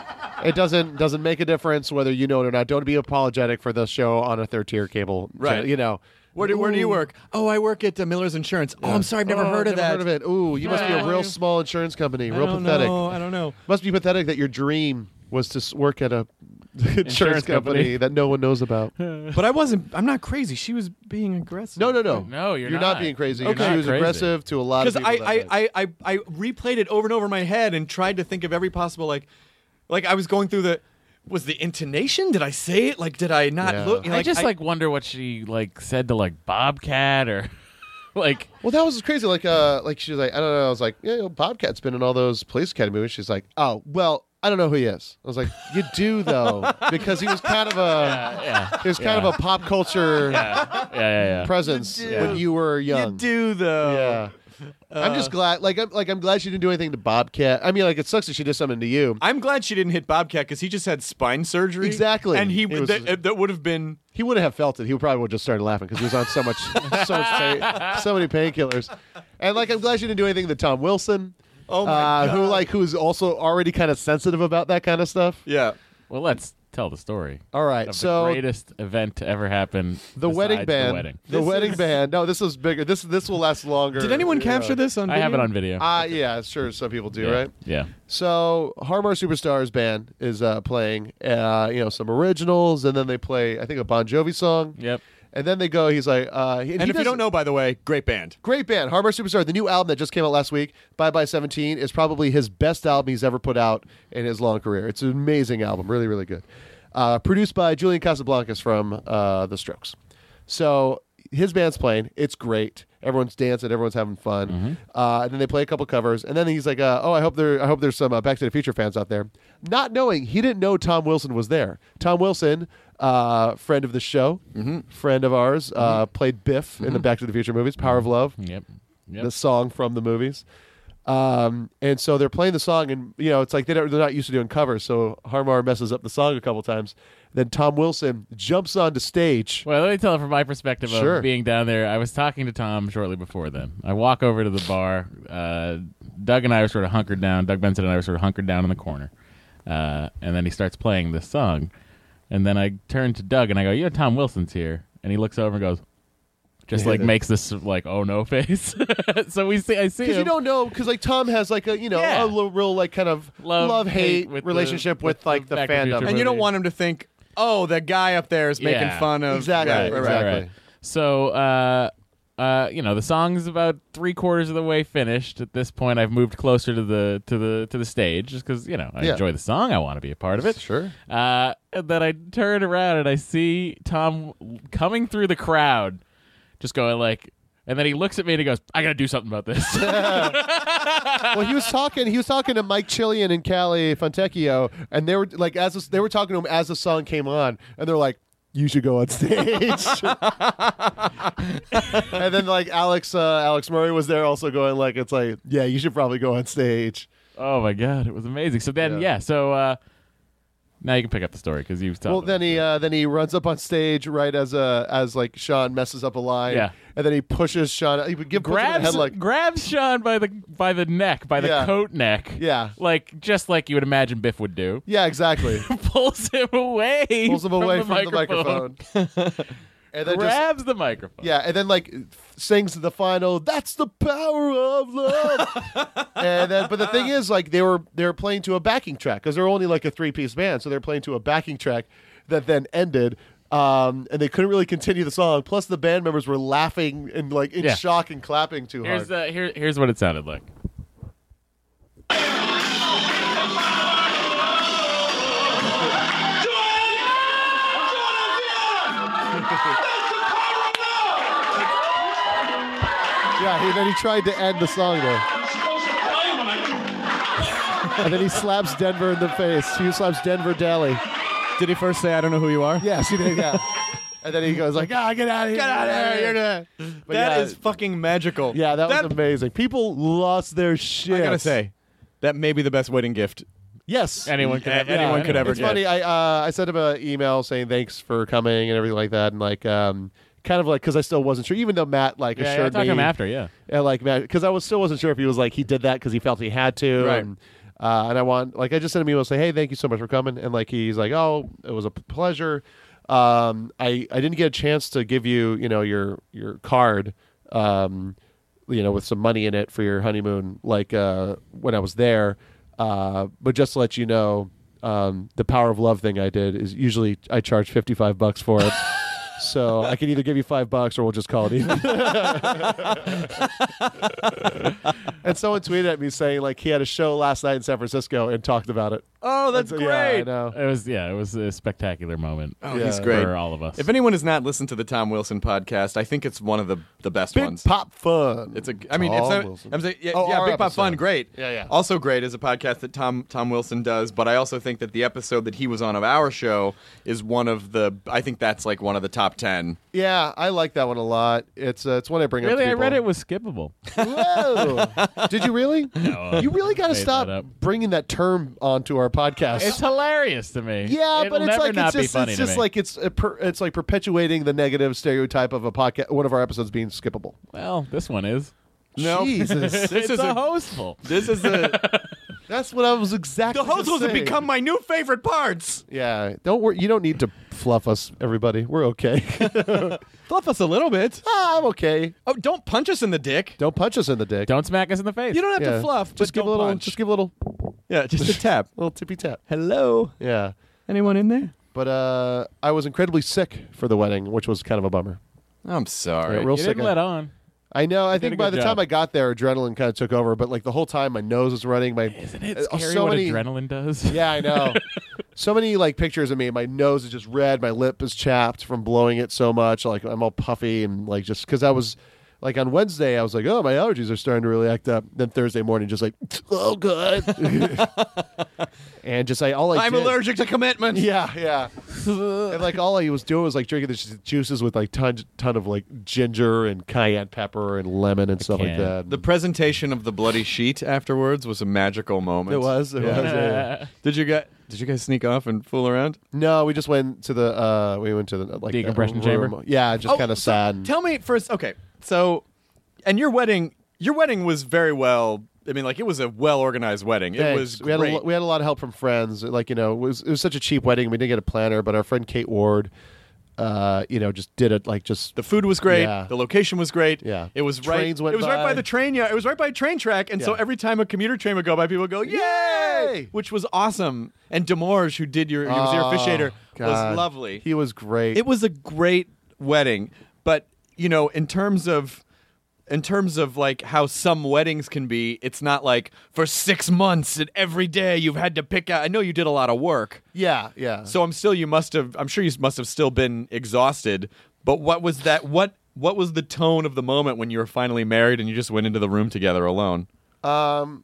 Speaker 4: It doesn't doesn't make a difference whether you know it or not. Don't be apologetic for the show on a third tier cable.
Speaker 1: Right.
Speaker 4: channel, you know.
Speaker 1: Where do, where do you work? Oh, I work at uh, Miller's Insurance. Oh, I'm sorry, I've never
Speaker 4: Oh,
Speaker 1: heard of that.
Speaker 4: never heard of it. Ooh, you must be a
Speaker 1: Yeah.
Speaker 4: real small insurance company.
Speaker 1: I
Speaker 4: Real
Speaker 1: don't
Speaker 4: pathetic.
Speaker 1: know. I don't know.
Speaker 4: Must be pathetic that your dream was to s- work at a insurance,
Speaker 3: Insurance company.
Speaker 4: company that no one knows about.
Speaker 1: But I wasn't. I'm not crazy. She was being aggressive.
Speaker 4: No, no, no.
Speaker 3: No, you're
Speaker 4: not.
Speaker 3: not.
Speaker 4: being crazy.
Speaker 3: Okay.
Speaker 4: She was
Speaker 3: Not crazy.
Speaker 4: aggressive to a lot of
Speaker 1: because
Speaker 4: people.
Speaker 1: I,
Speaker 4: that
Speaker 1: I,
Speaker 4: night.
Speaker 1: I, I, I replayed it over and over in my head and tried to think of every possible like like I was going through the was the intonation did I say it like did I not
Speaker 4: Yeah.
Speaker 1: look
Speaker 3: I just like wonder what she like said to like Bobcat or like
Speaker 4: well, that was crazy. Like, uh, like she was like, I don't know. I was like, yeah, you know, Bobcat's been in all those police academy movies. She's like, oh, well, I don't know who he is. I was like, you do though, because he was kind of a,
Speaker 3: yeah,
Speaker 4: he was kind of a pop culture
Speaker 3: yeah, yeah, yeah.
Speaker 4: presence
Speaker 1: You do.
Speaker 4: when you were young.
Speaker 1: you do Uh. though
Speaker 4: Yeah. I'm just glad, like I'm, like I'm glad she didn't do anything to Bobcat. I mean, like it sucks that she did something to you.
Speaker 1: I'm glad she didn't hit Bobcat because he just had spine surgery
Speaker 4: Exactly.
Speaker 1: and he
Speaker 4: It was-
Speaker 1: that, that would have been
Speaker 4: He wouldn't have felt it. He probably would have just started laughing because he was on so much, so much, pain, so many painkillers. And like, I'm glad she didn't do anything to Tom Wilson,
Speaker 1: oh my
Speaker 4: uh,
Speaker 1: god
Speaker 4: who like who's also already kind of sensitive about that kind of stuff.
Speaker 1: yeah
Speaker 3: Well, let's tell the story.
Speaker 4: All right,
Speaker 3: Of
Speaker 4: so
Speaker 3: the greatest event to ever happen.
Speaker 4: the
Speaker 3: besides
Speaker 4: wedding band,
Speaker 3: The wedding.
Speaker 4: the
Speaker 1: This
Speaker 4: wedding
Speaker 1: is-
Speaker 4: band. No, this is bigger. This this will last longer.
Speaker 1: did anyone
Speaker 4: Yeah.
Speaker 1: capture this on
Speaker 3: I have it
Speaker 1: video?
Speaker 3: on video.
Speaker 4: Uh, yeah, sure. Some people do,
Speaker 3: yeah.
Speaker 4: right?
Speaker 3: Yeah.
Speaker 4: So Harmar Superstars band is uh, playing, uh, you know, some originals, and then they play, I think, a Bon Jovi song.
Speaker 3: Yep.
Speaker 4: And then they go. He's like, uh, he-
Speaker 1: and if
Speaker 4: he
Speaker 1: you
Speaker 4: doesn't-
Speaker 1: don't know by the way great band
Speaker 4: Great band, Hardware Superstar. The new album that just came out last week, Bye Bye Seventeen, is probably his best album he's ever put out in his long career. It's an amazing album, really, really good. Uh, produced by Julian Casablancas from uh, The Strokes. So his band's playing. It's great. Everyone's dancing. Everyone's having fun.
Speaker 3: Mm-hmm.
Speaker 4: Uh, and then they play a couple covers. And then he's like, uh, "Oh, I hope there. I hope there's some uh, Back to the Future fans out there." Not knowing he didn't know Tom Wilson was there. Tom Wilson, uh, friend of the show,
Speaker 3: Mm-hmm.
Speaker 4: friend of ours, uh, played Biff in the Back to the Future movies, Power of Love,
Speaker 3: Yep. Yep.
Speaker 4: the song from the movies. Um, and so they're playing the song, and you know it's like they don't, they're not used to doing covers. So Harmar messes up the song a couple times. Then Tom Wilson jumps onto stage.
Speaker 3: Well, let me tell it from my perspective
Speaker 4: Sure.
Speaker 3: of being down there. I was talking to Tom shortly before then. I walk over to the bar. Uh, Doug and I were sort of hunkered down. Doug Benson and I were sort of hunkered down in the corner. Uh, and then he starts playing this song. And then I turn to Doug and I go, You know, Tom Wilson's here. And he looks over and goes, just like makes this like oh no face. so we see I see
Speaker 4: because
Speaker 3: him.
Speaker 4: you don't know because like Tom has like a you know
Speaker 3: Yeah.
Speaker 4: a little, real like kind of
Speaker 3: Love,
Speaker 4: love,
Speaker 3: hate
Speaker 4: hate,
Speaker 3: with the-
Speaker 4: relationship
Speaker 3: with
Speaker 4: with,
Speaker 3: the
Speaker 4: like the
Speaker 3: Back to the Future
Speaker 4: fandom.
Speaker 1: and you don't
Speaker 3: movie.
Speaker 1: want him to think oh the guy up there is making
Speaker 3: Yeah.
Speaker 1: fun of
Speaker 4: Exactly,
Speaker 1: Right, right, right.
Speaker 4: exactly.
Speaker 3: So, uh, uh, you know, the song's about three quarters of the way finished. At this point, I've moved closer to the to the to the stage just because you know I
Speaker 4: Yeah.
Speaker 3: enjoy the song. I want to be a part of it.
Speaker 4: Sure.
Speaker 3: Uh, and then I turn around and I see Tom coming through the crowd, just going like. And then he looks at me and he goes, "I gotta do something about this."
Speaker 4: well, he was talking. He was talking to Mike Chillian and Callie Fontecchio, and they were like as this, they were talking to him as the song came on, and they're like. You should go on stage, and then like Alex, uh, Alex Murray was there also going like it's like yeah, you should probably go on stage.
Speaker 3: oh my god, it was amazing. So then, yeah.
Speaker 4: Yeah.
Speaker 3: so uh, now you can pick up the story because you've
Speaker 4: Well, then he uh, then he runs up on stage right as uh, as like Sean messes up a line,
Speaker 3: Yeah.
Speaker 4: and then he pushes Sean. He gives
Speaker 3: grabs
Speaker 4: head like
Speaker 3: grabs Sean by the by the neck, by the
Speaker 4: Yeah.
Speaker 3: coat neck.
Speaker 4: Yeah.
Speaker 3: Like just like you would imagine Biff would do.
Speaker 4: Yeah, exactly.
Speaker 3: Pulls him away.
Speaker 4: Pulls him away from the microphone. and then just
Speaker 3: Grabs the microphone.
Speaker 4: yeah, and then like sings the final that's the power of love. and then but the thing is like they were they were playing to a backing track cuz they were only like a three-piece band, so they were playing to a backing track that then ended um, and they couldn't really continue the song. Plus, the band members were laughing and like in
Speaker 3: Yeah.
Speaker 4: shock and clapping too
Speaker 3: Here's
Speaker 4: hard.
Speaker 3: the here, here's what it sounded like.
Speaker 4: yeah, he, then he tried to end the song there, and then he slaps Denver in the face. He slaps Denver Daly.
Speaker 1: Did he first say I don't know who you are?
Speaker 4: Yes, he did. Yeah. and then he goes like, "Ah, get out of here!
Speaker 1: Get out of here, you're
Speaker 4: That is
Speaker 1: That
Speaker 4: yeah,
Speaker 1: is fucking magical.
Speaker 4: yeah, that, was amazing. People lost their shit.
Speaker 1: I gotta say, that may be the best wedding gift.
Speaker 4: yes.
Speaker 3: Anyone could
Speaker 1: Yeah,
Speaker 3: ever,
Speaker 1: anyone
Speaker 3: yeah,
Speaker 1: could ever
Speaker 4: it's
Speaker 1: get.
Speaker 4: funny. I uh, I sent him an email saying thanks for coming and everything like that, and like um, kind of like because I still wasn't sure, even though Matt like
Speaker 3: Yeah, yeah, I
Speaker 4: assured
Speaker 3: talked
Speaker 4: me
Speaker 3: to him after. Yeah,
Speaker 4: and like Matt because I was still wasn't sure if he was like he did that because he felt he had to.
Speaker 1: Right.
Speaker 4: And, uh, and I want like I just sent him an email say hey thank you so much for coming and like he's like oh it was a p- pleasure. Um, I I didn't get a chance to give you you know your your card. Um, you know, with some money in it for your honeymoon, like uh, when I was there. Uh, but just to let you know, um, the power of love thing I did is usually I charge fifty five bucks for it. so I can either give you five bucks or we'll just call it even. and someone tweeted at me saying like he had a show last night in San Francisco and talked about it.
Speaker 1: Oh, that's
Speaker 4: So,
Speaker 1: great.
Speaker 4: Yeah, I know.
Speaker 3: it was. Yeah, it was a spectacular moment.
Speaker 1: Oh,
Speaker 4: Yeah.
Speaker 1: he's great.
Speaker 3: for all of us.
Speaker 1: If anyone has not listened to the Tom Wilson podcast, I think it's one of the the best
Speaker 4: Big
Speaker 1: ones.
Speaker 4: pop fun.
Speaker 1: It's a. I mean, it's
Speaker 4: Tom
Speaker 1: not,
Speaker 4: Wilson.
Speaker 1: I'm saying, yeah,
Speaker 4: Oh,
Speaker 1: yeah,
Speaker 4: our
Speaker 1: Big Pop
Speaker 4: episode.
Speaker 1: Fun, great.
Speaker 4: Yeah, yeah.
Speaker 1: Also great is a podcast that Tom Tom Wilson does, but I also think that the episode that he was on of our show is one of the. I think that's like one of the top ten.
Speaker 4: Yeah, I like that one a lot. It's uh, it's one I bring up.
Speaker 3: Really,
Speaker 4: to
Speaker 3: I read
Speaker 4: people.
Speaker 3: it was skippable.
Speaker 4: Whoa! Did you really?
Speaker 1: uh,
Speaker 3: No.
Speaker 4: you really got to
Speaker 3: Made that
Speaker 4: stop
Speaker 3: up.
Speaker 4: bringing that term onto our podcast.
Speaker 3: It's hilarious to me.
Speaker 4: yeah,
Speaker 3: It'll
Speaker 4: but it's
Speaker 3: never
Speaker 4: like
Speaker 3: not
Speaker 4: it's
Speaker 3: be
Speaker 4: just,
Speaker 3: funny
Speaker 4: it's
Speaker 3: to
Speaker 4: just
Speaker 3: me.
Speaker 4: like it's a per, it's like perpetuating the negative stereotype of a podcast. One of our episodes being skippable.
Speaker 3: well, this one is.
Speaker 1: No.
Speaker 4: Jesus,
Speaker 1: This
Speaker 3: it's
Speaker 1: is
Speaker 3: a,
Speaker 1: a-
Speaker 3: hostful.
Speaker 1: This is the
Speaker 4: that's what I was exactly.
Speaker 1: the hostels have
Speaker 4: saying.
Speaker 1: become my new favorite parts.
Speaker 4: Yeah, don't worry. You don't need to fluff us, everybody. We're okay.
Speaker 1: Fluff us a little bit.
Speaker 4: ah, I'm okay.
Speaker 1: Oh, don't punch us in the dick.
Speaker 4: Don't punch us in the dick.
Speaker 3: Don't smack us in the face.
Speaker 1: You don't have
Speaker 4: Yeah.
Speaker 1: to fluff.
Speaker 4: Just
Speaker 1: but
Speaker 4: give
Speaker 1: don't
Speaker 4: a little.
Speaker 1: punch.
Speaker 4: Just give a little.
Speaker 1: yeah, just a tap.
Speaker 4: Little tippy tap.
Speaker 1: Hello,
Speaker 4: Yeah.
Speaker 1: anyone in there?
Speaker 4: But uh, I was incredibly sick for the wedding, which was kind of a bummer.
Speaker 1: I'm sorry.
Speaker 4: Yeah, real
Speaker 3: You
Speaker 4: sick.
Speaker 3: didn't let on.
Speaker 4: I know. I
Speaker 3: did
Speaker 4: think
Speaker 3: a
Speaker 4: by
Speaker 3: good
Speaker 4: the
Speaker 3: job.
Speaker 4: time I got there, adrenaline kind of took over. But like the whole time, my nose was running. My
Speaker 3: Isn't it
Speaker 4: uh,
Speaker 3: scary
Speaker 4: so
Speaker 3: what
Speaker 4: many,
Speaker 3: adrenaline does?
Speaker 4: Yeah, I know. so many like pictures of me. My nose is just red. My lip is chapped from blowing it so much. Like I'm all puffy and like just because I was like on Wednesday, I was like, oh, my allergies are starting to really act up. Then Thursday morning, just like, oh, good. and just I all I
Speaker 1: I'm
Speaker 4: did-
Speaker 1: allergic to commitment.
Speaker 4: Yeah, yeah. and like all I was doing was like drinking the ju- juices with like ton ton of like ginger and cayenne pepper and lemon and stuff like
Speaker 3: can't.
Speaker 4: that.
Speaker 1: The presentation of the bloody sheet afterwards was a magical moment.
Speaker 4: it was. It was. yeah.
Speaker 1: Did you guys? Did you guys sneak off and fool around?
Speaker 4: No, we just went to the uh we went to the like the
Speaker 3: Decompression
Speaker 4: room.
Speaker 3: chamber?
Speaker 4: Yeah, just
Speaker 1: Oh,
Speaker 4: kind of
Speaker 1: so
Speaker 4: sad. and-
Speaker 1: Tell me first. Okay, so, and your wedding, your wedding was very well. I mean, like it was a well organized wedding. It
Speaker 4: Thanks.
Speaker 1: was
Speaker 4: we had a,
Speaker 1: great.
Speaker 4: lo- we had a lot of help from friends. Like you know, it was it was such a cheap wedding. We didn't get a planner, but our friend Kate Ward, uh, you know, just did it. Like just
Speaker 1: the food was great.
Speaker 4: Yeah.
Speaker 1: The location was great.
Speaker 4: Yeah.
Speaker 1: it was
Speaker 4: Trains
Speaker 1: right.
Speaker 4: went
Speaker 1: It was right
Speaker 4: by.
Speaker 1: by the train. Yeah, it was right by a train track. And so
Speaker 4: Yeah.
Speaker 1: every time a commuter train would go by, people would go, "Yay!"
Speaker 4: Yay!
Speaker 1: which was awesome. And Demorge, who did your, who was your
Speaker 4: Oh,
Speaker 1: officiator,
Speaker 4: God.
Speaker 1: was lovely.
Speaker 4: He was great.
Speaker 1: it was a great wedding but you know in terms of in terms of like how some weddings can be it's not like for six months and every day you've had to pick out i know you did a lot of work
Speaker 4: yeah, yeah.
Speaker 1: so i'm still you must have i'm sure you must have still been exhausted but what was that what what was the tone of the moment when you were finally married and you just went into the room together alone
Speaker 4: um,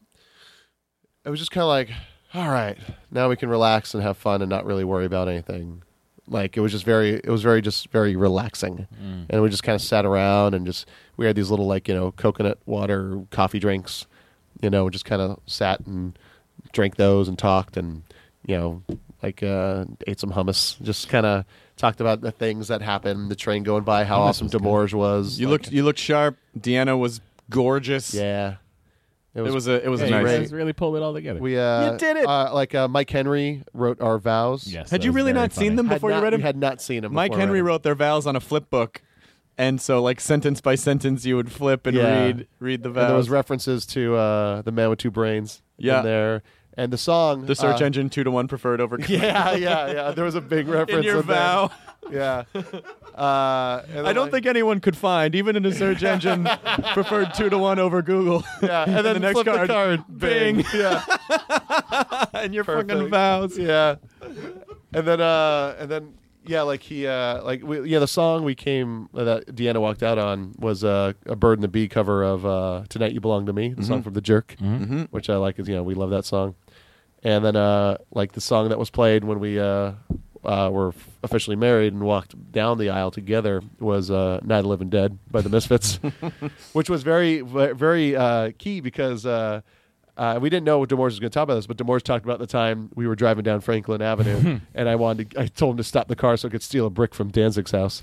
Speaker 4: it was just kind of like, all right, now we can relax and have fun and not really worry about anything. Like it was just very, it was very just very relaxing,
Speaker 1: Mm.
Speaker 4: and we just kind of sat around and just we had these little like you know coconut water coffee drinks, you know, just kind of sat and drank those and talked and you know like uh, ate some hummus, just kind of talked about the things that happened, the train going by, how awesome Demorge was.
Speaker 1: you
Speaker 4: like-
Speaker 1: looked you looked sharp deanna was gorgeous
Speaker 4: yeah. It
Speaker 1: it was a it was
Speaker 3: Hey,
Speaker 1: a
Speaker 3: you
Speaker 1: nice
Speaker 3: guys really pulled it all together.
Speaker 4: We uh,
Speaker 1: You did it!
Speaker 4: Uh, like uh, Mike Henry wrote our vows.
Speaker 3: yes,
Speaker 1: had
Speaker 3: that
Speaker 1: you
Speaker 3: was
Speaker 1: really
Speaker 3: very
Speaker 1: not
Speaker 3: funny.
Speaker 1: seen them
Speaker 4: Had
Speaker 1: before
Speaker 4: not-
Speaker 1: you read them
Speaker 4: Had not seen him.
Speaker 1: Mike
Speaker 4: before I
Speaker 1: Henry
Speaker 4: read him.
Speaker 1: wrote their vows on a flip book, and so like sentence by sentence, you would flip and
Speaker 4: Yeah.
Speaker 1: read read the vows.
Speaker 4: And there was references to uh, the Man with Two Brains.
Speaker 1: Yeah.
Speaker 4: in there and the song.
Speaker 1: the search
Speaker 4: uh,
Speaker 1: engine two to one preferred over
Speaker 4: Yeah, yeah, yeah. There was a big reference
Speaker 1: in your
Speaker 4: there.
Speaker 1: vow.
Speaker 4: Yeah. Uh, and then,
Speaker 1: I don't
Speaker 4: like-
Speaker 1: think anyone could find, even in a search engine, preferred two to one over Google.
Speaker 4: Yeah, and
Speaker 1: And
Speaker 4: then
Speaker 1: the next
Speaker 4: flip
Speaker 1: card,
Speaker 4: the card.
Speaker 1: Bing.
Speaker 4: Yeah.
Speaker 1: and your fucking
Speaker 4: Perfect.
Speaker 1: vows.
Speaker 4: yeah and then uh and then yeah like he uh like we, yeah the song we came uh, that deanna walked out on was uh, a bird and the bee cover of uh tonight you belong to me the song from the jerk which i like is you know we love that song and then uh like the song that was played when we uh uh, were f- officially married and walked down the aisle together was uh, "Night of the Living Dead" by the Misfits, which was very ve- very uh, key because. Uh, uh, we didn't know what Demores was going to talk about this, but Demores talked about the time we were driving down Franklin Avenue, and I wanted to, I told him to stop the car so I could steal a brick from Danzig's house.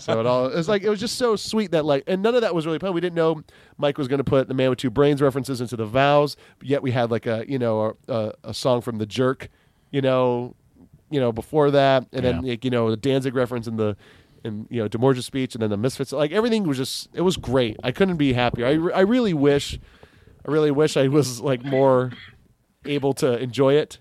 Speaker 4: So it all it was like it was just so sweet that like and none of that was really planned. We didn't know Mike was going to put the Man with Two Brains references into the vows. Yet we had like a you know a, a, a song from The Jerk, you know, you know before that, and then
Speaker 3: Yeah.
Speaker 4: like, you know the Danzig reference in the and you know Demorge's speech, and then the Misfits. Like everything was just it was great. I couldn't be happier. I re- I really wish, I really wish I was like more able to enjoy it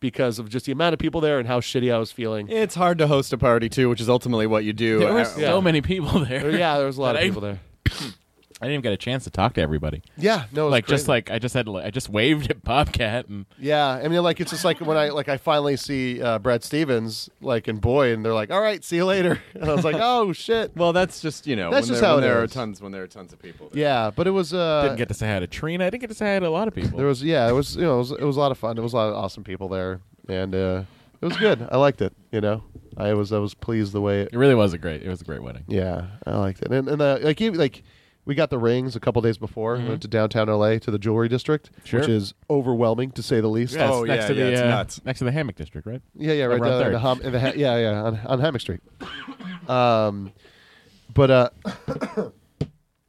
Speaker 4: because of just the amount of people there and how shitty I was feeling.
Speaker 1: It's hard to host a party too, which is ultimately what you do.
Speaker 3: There were
Speaker 1: Uh,
Speaker 3: so many people there.
Speaker 4: Yeah, there was a lot of
Speaker 3: But I-
Speaker 4: people there.
Speaker 3: I didn't even get a chance to talk to everybody.
Speaker 4: Yeah, no, it was
Speaker 3: Like just
Speaker 4: crazy.
Speaker 3: like I just had to, like, I just waved at Bobcat and
Speaker 4: Yeah, I mean, like it's just like when I like I finally see uh, Brad Stevens like in Boy, and they're like, "All right, see you later," and I was like, "Oh shit."
Speaker 1: well, that's just you know
Speaker 4: That's
Speaker 1: when
Speaker 4: just
Speaker 1: there,
Speaker 4: how
Speaker 1: when
Speaker 4: it
Speaker 1: there are
Speaker 4: is.
Speaker 1: tons when there are tons of people. there.
Speaker 4: Yeah, but it was uh,
Speaker 3: didn't get to say hi to Trina. I didn't get to say hi to a lot of people.
Speaker 4: there was yeah, it was you know it was, it was a lot of fun. It was a lot of awesome people there, and uh, it was good. I liked it. You know, I was I was pleased the way it.
Speaker 3: it really was a great. It was a great wedding.
Speaker 4: Yeah, I liked it, and and uh, like even, like we got the rings a couple days before. We went to downtown LA to the jewelry district,
Speaker 3: Mm-hmm. Sure.
Speaker 4: which is overwhelming to say the least.
Speaker 1: Yeah. Oh,
Speaker 3: It's next to
Speaker 1: yeah,
Speaker 3: the
Speaker 1: it's
Speaker 3: uh,
Speaker 1: nuts.
Speaker 3: next to the hammock district, right?
Speaker 4: Yeah, yeah, right
Speaker 3: Over on
Speaker 4: down in
Speaker 3: Third.
Speaker 4: the hum, in the ha- yeah, yeah, on, on Hammock Street. Um, but uh,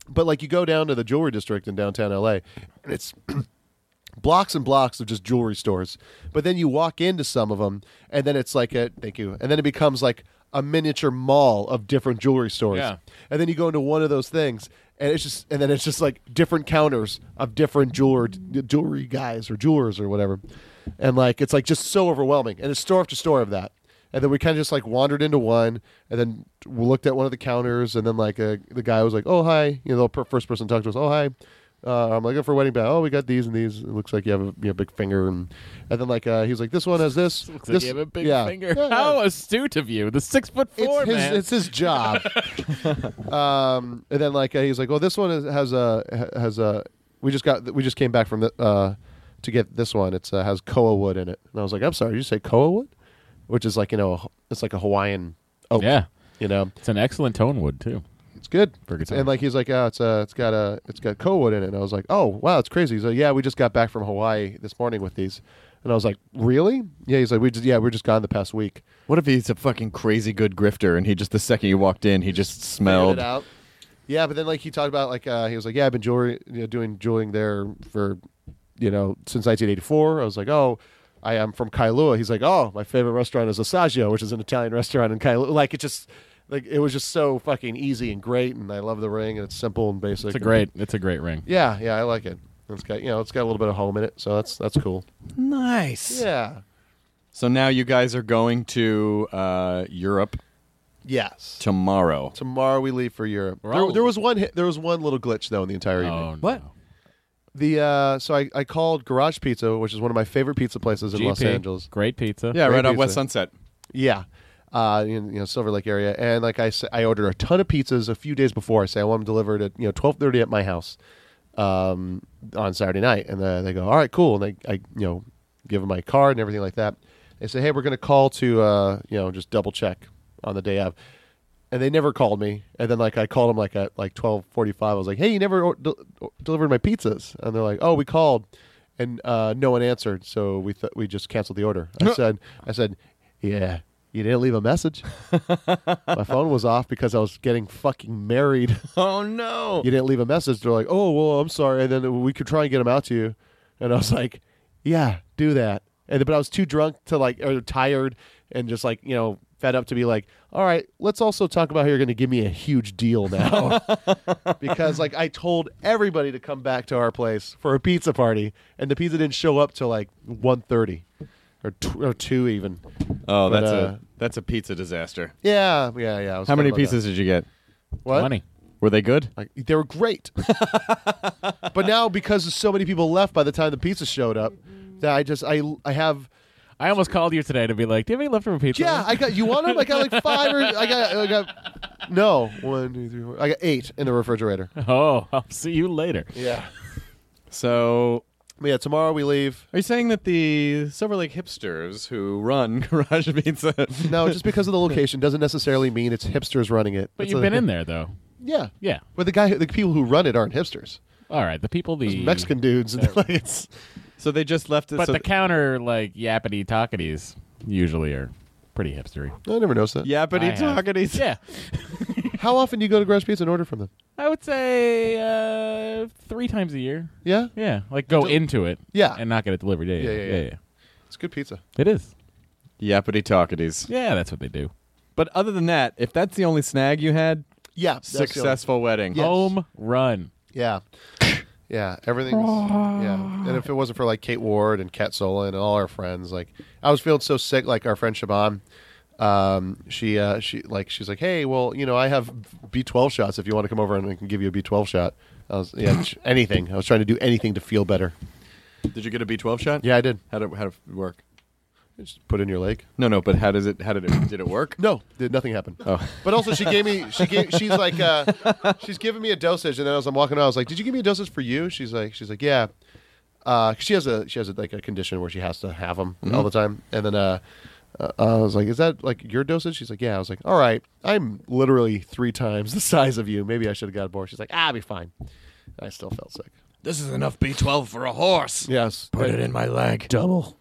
Speaker 4: but like you go down to the jewelry district in downtown LA, and it's blocks and blocks of just jewelry stores. But then you walk into some of them, and then it's like a thank you, and then it becomes like a miniature mall of different jewelry stores.
Speaker 3: Yeah.
Speaker 4: And then you go into one of those things, and it's just and then it's just like different counters of different jeweler jewelry guys or jewelers or whatever, and like it's like just so overwhelming. And it's store after store of that. And then we kind of just like wandered into one, and then we looked at one of the counters, and then like uh, the guy was like, "Oh hi," you know, the per- first person to talk to us, "Oh hi." Uh, I'm like, "Oh, for a wedding band." Oh, we got these and these. It looks like you have a you know, big finger, and and then like uh, he was like, "This one has this."
Speaker 3: Looks like
Speaker 4: this
Speaker 3: you have a big
Speaker 4: yeah.
Speaker 3: finger.
Speaker 4: Yeah, yeah.
Speaker 3: How astute of you! The six foot
Speaker 4: It's
Speaker 3: four
Speaker 4: his,
Speaker 3: man.
Speaker 4: it's his job. um, and then like uh, he's like, "Well, this one is, has a ha- has a we just got we just came back from the uh, to get this one. It's uh, has koa wood in it." And I was like, "I'm sorry, you say koa wood?" Which is like you know a, it's like a Hawaiian oak.
Speaker 3: yeah,
Speaker 4: you know
Speaker 3: it's an excellent tone wood too.
Speaker 4: it's good.
Speaker 3: For guitar.
Speaker 4: And like he's like, "Oh, it's uh, it's got a it's got koa wood in it." And I was like, "Oh, wow, it's crazy." He's like, "Yeah, we just got back from Hawaii this morning with these." And I was like, "Really?" Yeah, he's like, "We just yeah, we were just gone the past week."
Speaker 1: What if he's a fucking crazy good grifter and he just the second you walked in he just
Speaker 4: figured
Speaker 1: smelled?
Speaker 4: it out. Yeah, but then like he talked about like uh, he was like, yeah, I've been jewelry, you know, doing jeweling there for, you know, since 1984. I was like, oh, I am from Kailua. He's like, oh, my favorite restaurant is Asagio, which is an Italian restaurant in Kailua. Like it just, like it was just so fucking easy and great, and I love the ring, and it's simple and basic.
Speaker 3: It's a great. It's a great ring.
Speaker 4: Yeah, yeah, I like it. It's got you know, it's got a little bit of home in it, so that's that's cool.
Speaker 1: Nice.
Speaker 4: Yeah.
Speaker 1: So now you guys are going to uh, Europe
Speaker 4: Yes.
Speaker 1: tomorrow.
Speaker 4: Tomorrow we leave for Europe.
Speaker 3: We're
Speaker 4: There,
Speaker 3: all-
Speaker 4: there was one hit, there was one little glitch though in the entire evening.
Speaker 3: Oh,
Speaker 1: What?
Speaker 3: no.
Speaker 4: The uh, so I, I called Garage Pizza, which is one of my favorite pizza places in Los
Speaker 3: GP,
Speaker 4: Angeles.
Speaker 3: Great pizza.
Speaker 1: Yeah,
Speaker 4: Great
Speaker 1: right on
Speaker 4: pizza.
Speaker 1: West Sunset.
Speaker 4: Yeah, uh, in, you know Silver Lake area, and like I s- I ordered a ton of pizzas a few days before. I say I want them delivered at you know twelve thirty at my house, um, on Saturday night, and uh, they go, all right, cool, and I, I you know give them my card and everything like that. They say, hey, we're going to call to uh, you know just double check on the day of. And they never called me. And then, like, I called them like at like twelve forty-five. I was like, "Hey, you never or- del- delivered my pizzas." And they're like, "Oh, we called, and uh, no one answered, so we th- we just canceled the order." I said, "I said, yeah, you didn't leave a message. My phone was off because I was getting fucking married.
Speaker 1: Oh no.
Speaker 4: You didn't leave a message. They're like, oh, well, I'm sorry. And then we could try and get them out to you. And I was like, yeah, do that. And but I was too drunk to like, or tired, and just like you know, fed up to be like, all right, let's also talk about how you're going to give me a huge deal now, because like I told everybody to come back to our place for a pizza party, and the pizza didn't show up till like 1.30 or tw- or two even.
Speaker 1: Oh,
Speaker 4: But,
Speaker 1: that's
Speaker 4: uh,
Speaker 1: a that's a pizza disaster.
Speaker 4: Yeah, yeah, yeah. I was
Speaker 1: How many
Speaker 4: talking about
Speaker 1: pieces did you get?
Speaker 4: that. What?
Speaker 3: Money.
Speaker 1: Were they good?
Speaker 4: Like they were great. but now because so many people left by the time the pizza showed up, that I just I I have
Speaker 3: I almost called you today to be like, "Do you have any leftover pizza?"
Speaker 4: yeah I got you want them I got like five or I got I got no one two three four I got eight in the refrigerator.
Speaker 3: Oh, I'll see you later.
Speaker 4: Yeah.
Speaker 1: So
Speaker 4: But yeah, tomorrow we leave.
Speaker 1: Are you saying that the Silver Lake hipsters who run Garage Pizza?
Speaker 4: No, just because of the location doesn't necessarily mean it's hipsters running it.
Speaker 3: But
Speaker 4: It's
Speaker 3: you've
Speaker 4: a-
Speaker 3: been in there though.
Speaker 4: Yeah,
Speaker 3: Yeah.
Speaker 4: But the guy, the people who run it aren't hipsters.
Speaker 3: All right. The people the
Speaker 4: Mexican dudes. And like, it's,
Speaker 1: So they just left it.
Speaker 3: But
Speaker 1: so
Speaker 3: the counter like yappity talkities usually are pretty hipstery.
Speaker 4: I never noticed that.
Speaker 1: yappity
Speaker 3: I have-
Speaker 1: talkities.
Speaker 3: Yeah.
Speaker 4: How often do you go to Garage Pizza and order from them?
Speaker 3: I would say uh, three times a year.
Speaker 4: Yeah,
Speaker 3: Yeah, like go
Speaker 4: Del-
Speaker 3: into it.
Speaker 4: Yeah.
Speaker 3: and not get it delivered. Yeah, yeah,
Speaker 4: Yeah,
Speaker 3: yeah.
Speaker 4: yeah, yeah.
Speaker 3: yeah.
Speaker 4: it's good pizza.
Speaker 3: It is.
Speaker 1: Yappity talkities.
Speaker 3: Yeah, that's what they do.
Speaker 1: But other than that, if that's the only snag you had,
Speaker 4: Yeah, that's the only-
Speaker 1: successful wedding.
Speaker 4: Yes.
Speaker 3: Home run.
Speaker 4: Yeah. Yeah, everything's yeah. And if it wasn't for like Kate Ward and Kat Sola and all our friends, like I was feeling so sick. Like our friend Shaban, um, she uh, she like she's like, hey, well, you know, I have B twelve shots. If you want to come over and I can give you a B twelve shot, I was yeah, sh- anything. I was trying to do anything to feel better.
Speaker 1: Did you get a B12 shot?
Speaker 4: Yeah, I did.
Speaker 1: How did how did it work?
Speaker 4: Just put in your leg.
Speaker 1: No, no. But how does it? How did it? Did it work?
Speaker 4: No, did nothing happen.
Speaker 1: Oh.
Speaker 4: But also, she gave me. She gave. She's like. Uh, she's giving me a dosage, and then as I'm walking out, I was like, "Did you give me a dosage for you?" She's like, "She's like, yeah." Uh, 'cause she has a she has a, like a condition where she has to have them all
Speaker 1: Mm-hmm.
Speaker 4: the time, and then uh, uh, I was like, "Is that like your dosage?" She's like, "Yeah." I was like, "All right, I'm literally three times the size of you. Maybe I should have got more." She's like, "Ah, I'll be fine." I still felt sick.
Speaker 1: This is enough B12 for a horse.
Speaker 4: Yes.
Speaker 1: it in my leg. Double.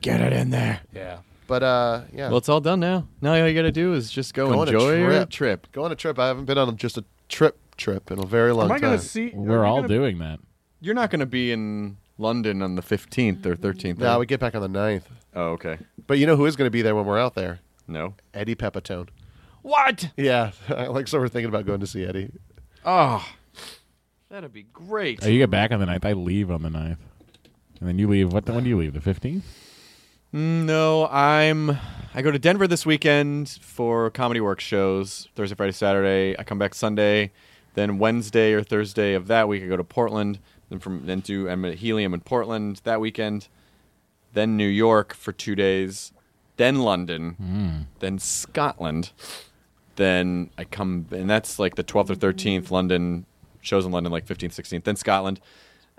Speaker 1: Get it in there.
Speaker 4: Yeah. But uh, yeah.
Speaker 1: Well, it's all done now. Now all you got to do is just go,
Speaker 4: Go on a
Speaker 1: enjoy your
Speaker 4: trip.
Speaker 1: trip.
Speaker 4: go on a trip. I haven't been on just a trip trip in a very long time.
Speaker 1: see?
Speaker 3: We're all doing that.
Speaker 1: You're not going to be in London on the 15th or 13th.
Speaker 4: No, we get back on the 9th.
Speaker 1: Oh, okay.
Speaker 4: But you know who is going to be there when we're out there?
Speaker 1: No.
Speaker 4: Eddie Pepitone.
Speaker 1: What?
Speaker 4: Yeah, like so we're thinking about going to see Eddie.
Speaker 1: Oh, that'd be great.
Speaker 3: Oh, you get back on the ninth. I leave on the ninth, and then you leave. What? When do you leave? The fifteenth.
Speaker 1: Mm, No, I'm. I go to Denver this weekend for comedy work shows Thursday, Friday, Saturday. I come back Sunday. Then Wednesday or Thursday of that week, I go to Portland. Then from then to I'm at Helium in Portland that weekend. Then New York for two days. Then London. Then Scotland. Then I come, and that's like the 12th or 13th. London shows in London, like 15th, 16th. Then Scotland.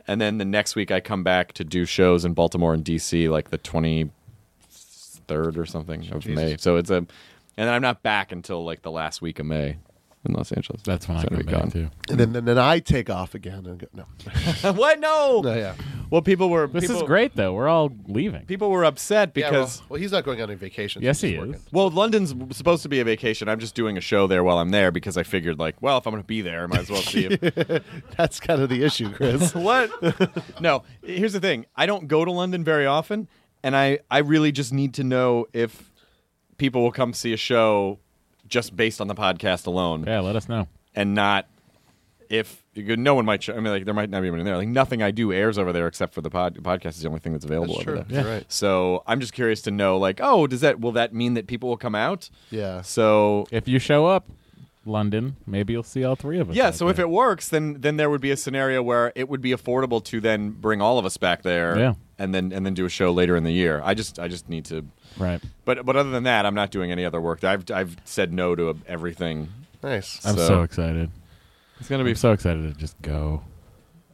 Speaker 1: And then the next week, I come back to do shows in Baltimore and DC, like the 20 third or something of May. So it's a, and then I'm not back until like the last week of May in Los Angeles.
Speaker 3: That's when I
Speaker 1: So
Speaker 3: come
Speaker 1: I'll be
Speaker 3: back too.
Speaker 4: And then, then, then I take off again and go, no.
Speaker 1: gone. what? No.
Speaker 4: no yeah.
Speaker 1: Well, people were.
Speaker 3: This
Speaker 1: people-
Speaker 3: is great though. We're all leaving.
Speaker 1: People were upset
Speaker 4: Yeah,
Speaker 1: because.
Speaker 4: well, well, he's not going on any vacation. so
Speaker 3: yes,
Speaker 4: he's
Speaker 3: he
Speaker 4: working.
Speaker 3: is.
Speaker 1: well, London's supposed to be a vacation. I'm just doing a show there while I'm there because I figured, like, well, if I'm going to be there, I might as well see it.
Speaker 4: That's kind of the issue, Chris.
Speaker 1: what? no. Here's the thing. I don't go to London very often, and I I really just need to know if people will come see a show just based on the podcast alone,
Speaker 3: Yeah, let us know.
Speaker 1: and not if no one might. Show, I mean, like there might not be anyone there. Like nothing I do airs over there except for the pod, podcast is the only thing that's available
Speaker 4: That's
Speaker 1: over
Speaker 4: true.
Speaker 1: there.
Speaker 4: That's right.
Speaker 1: So I'm just curious to know, like, oh, does that will that mean that people will come out?
Speaker 4: Yeah.
Speaker 1: So
Speaker 3: If you show up, London, maybe you'll see all three of us.
Speaker 1: Yeah,
Speaker 3: out
Speaker 1: so if
Speaker 3: there.
Speaker 1: it works, then then there would be a scenario where it would be affordable to then bring all of us back there,
Speaker 3: Yeah.
Speaker 1: and then and then do a show later in the year. I just I just need to,
Speaker 3: right,
Speaker 1: but but other than that, I'm not doing any other work. I've I've said no to everything.
Speaker 4: Nice.
Speaker 3: I'm so,
Speaker 1: So-
Speaker 3: excited.
Speaker 1: It's gonna
Speaker 3: I'm so excited to just go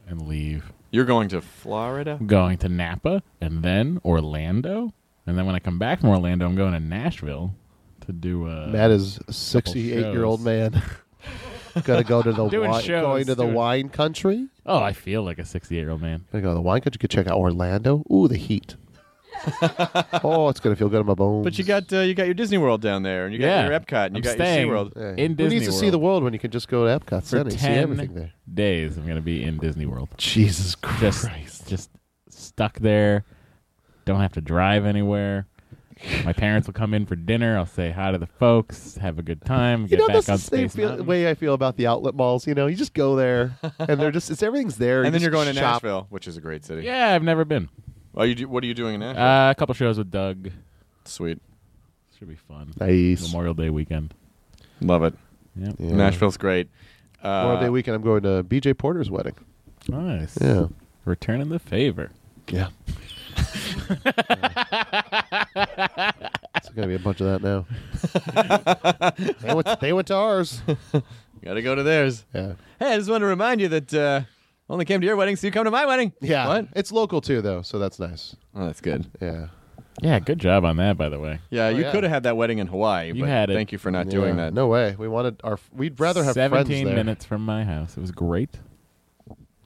Speaker 3: and leave.
Speaker 1: You're going to Florida.
Speaker 3: I'm going to Napa and then Orlando, and then when I come back from Orlando, I'm going to Nashville to do uh,
Speaker 4: Matt is a 68 year old
Speaker 3: shows.
Speaker 4: man. Gonna go to the
Speaker 3: Doing
Speaker 4: wine,
Speaker 3: shows,
Speaker 4: going to the
Speaker 3: doing-
Speaker 4: wine country.
Speaker 3: Oh, I feel like a 68 year old man.
Speaker 4: Gonna go to the wine country. Could check out Orlando. Ooh, the heat. oh, it's gonna feel good in my bones.
Speaker 1: But you got uh, you got your Disney World down there, and you got
Speaker 3: yeah,
Speaker 1: your Epcot, and you
Speaker 3: I'm
Speaker 1: got
Speaker 3: staying
Speaker 1: your SeaWorld.
Speaker 4: Yeah.
Speaker 3: in
Speaker 4: Who
Speaker 3: Disney
Speaker 4: needs to
Speaker 3: World
Speaker 4: see the world when you can just go to Epcot
Speaker 3: for
Speaker 4: Center and see everything
Speaker 3: ten
Speaker 4: there?
Speaker 3: days. I'm going to be in Disney World,
Speaker 4: Jesus Christ!
Speaker 3: just just stuck there. Don't have to drive anywhere. My parents will come in for dinner. I'll say hi to the folks, have a good time,
Speaker 4: you
Speaker 3: get
Speaker 4: know
Speaker 3: back
Speaker 4: that's
Speaker 3: on
Speaker 4: the same
Speaker 3: Space
Speaker 4: feel,
Speaker 3: Mountain.
Speaker 4: way I feel about the outlet malls. You know, you just go there and they're just it's everything's there. You
Speaker 1: And then you're
Speaker 4: just
Speaker 1: going to
Speaker 4: shop.
Speaker 1: Nashville, which is a great city.
Speaker 3: Yeah, I've never been.
Speaker 1: Oh, you do, what are you doing in Nashville?
Speaker 3: Uh, a couple shows with Doug.
Speaker 1: Sweet,
Speaker 3: Should be fun.
Speaker 4: Nice.
Speaker 3: Memorial Day weekend.
Speaker 1: love it.
Speaker 3: Yeah.
Speaker 4: Yeah.
Speaker 1: Nashville's great. Uh,
Speaker 4: Memorial Day weekend. I'm going to BJ Porter's wedding.
Speaker 3: Nice.
Speaker 4: Yeah,
Speaker 3: Returning the favor.
Speaker 4: yeah. It's gonna be a bunch of that now. they, went, they went to ours.
Speaker 1: Gotta go to theirs.
Speaker 4: Yeah.
Speaker 1: Hey, I just want to remind you that uh, Only came to your wedding, so you come to my wedding.
Speaker 4: Yeah,
Speaker 1: What?
Speaker 4: it's local too, though, so that's nice.
Speaker 1: Oh, that's good.
Speaker 4: Yeah,
Speaker 3: Yeah, good job on that, by the way.
Speaker 1: Yeah, you
Speaker 4: yeah.
Speaker 1: could have had that wedding in Hawaii,
Speaker 3: You
Speaker 1: but
Speaker 3: had it.
Speaker 1: thank you for not
Speaker 4: Yeah.
Speaker 1: doing that.
Speaker 4: No way. We wanted our. We'd rather have friends
Speaker 3: seventeen
Speaker 4: there.
Speaker 3: minutes from my house. It was great.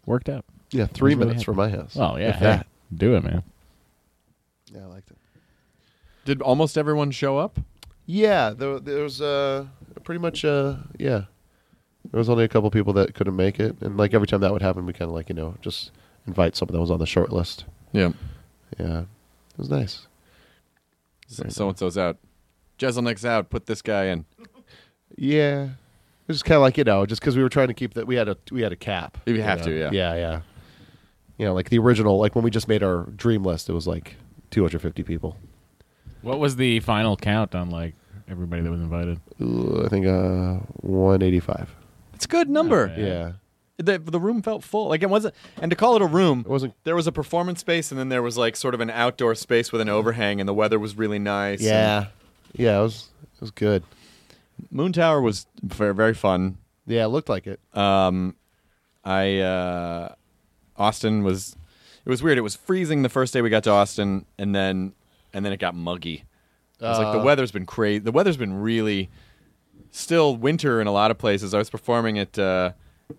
Speaker 3: Worked out.
Speaker 4: Yeah, three
Speaker 3: That's really
Speaker 4: minutes from my house.
Speaker 3: Well, yeah,
Speaker 4: If
Speaker 3: hey,
Speaker 4: that.
Speaker 3: do it, man.
Speaker 4: Yeah, I liked it.
Speaker 1: Did almost everyone show up?
Speaker 4: Yeah, there, there was uh, pretty much uh, yeah. There was only a couple people that couldn't make it, and like every time that would happen, we kind of like you know just invite someone that was on the short list.
Speaker 1: Yeah.
Speaker 4: Yeah, it was nice.
Speaker 1: So and so's out. Jezelnik's out. Put this guy in.
Speaker 4: Yeah, it was kind of like you know just because we were trying to keep that we had a we had a cap.
Speaker 1: If you have
Speaker 4: know?
Speaker 1: to, yeah.
Speaker 4: yeah, yeah. You know, like the original, like when we just made our dream list, it was like 250 people.
Speaker 3: What was the final count on like everybody that was invited?
Speaker 4: Ooh, I think uh, 185.
Speaker 1: It's a good number.
Speaker 3: Yeah.
Speaker 4: Yeah.
Speaker 1: The, the room felt full. Like it wasn't, and to call it a room,
Speaker 4: it wasn't.
Speaker 1: there was a performance space, and then there was like sort of an outdoor space with an overhang, and the weather was really nice.
Speaker 4: Yeah, yeah, it was. It was good.
Speaker 1: And Moon Tower was very, very fun.
Speaker 4: Yeah, it looked like it.
Speaker 1: Um, I uh, Austin was it was weird. It was freezing the first day we got to Austin, and then and then it got muggy. It was like the
Speaker 4: Uh.
Speaker 1: weather's been crazy. The weather's been really still winter in a lot of places. I was performing at uh,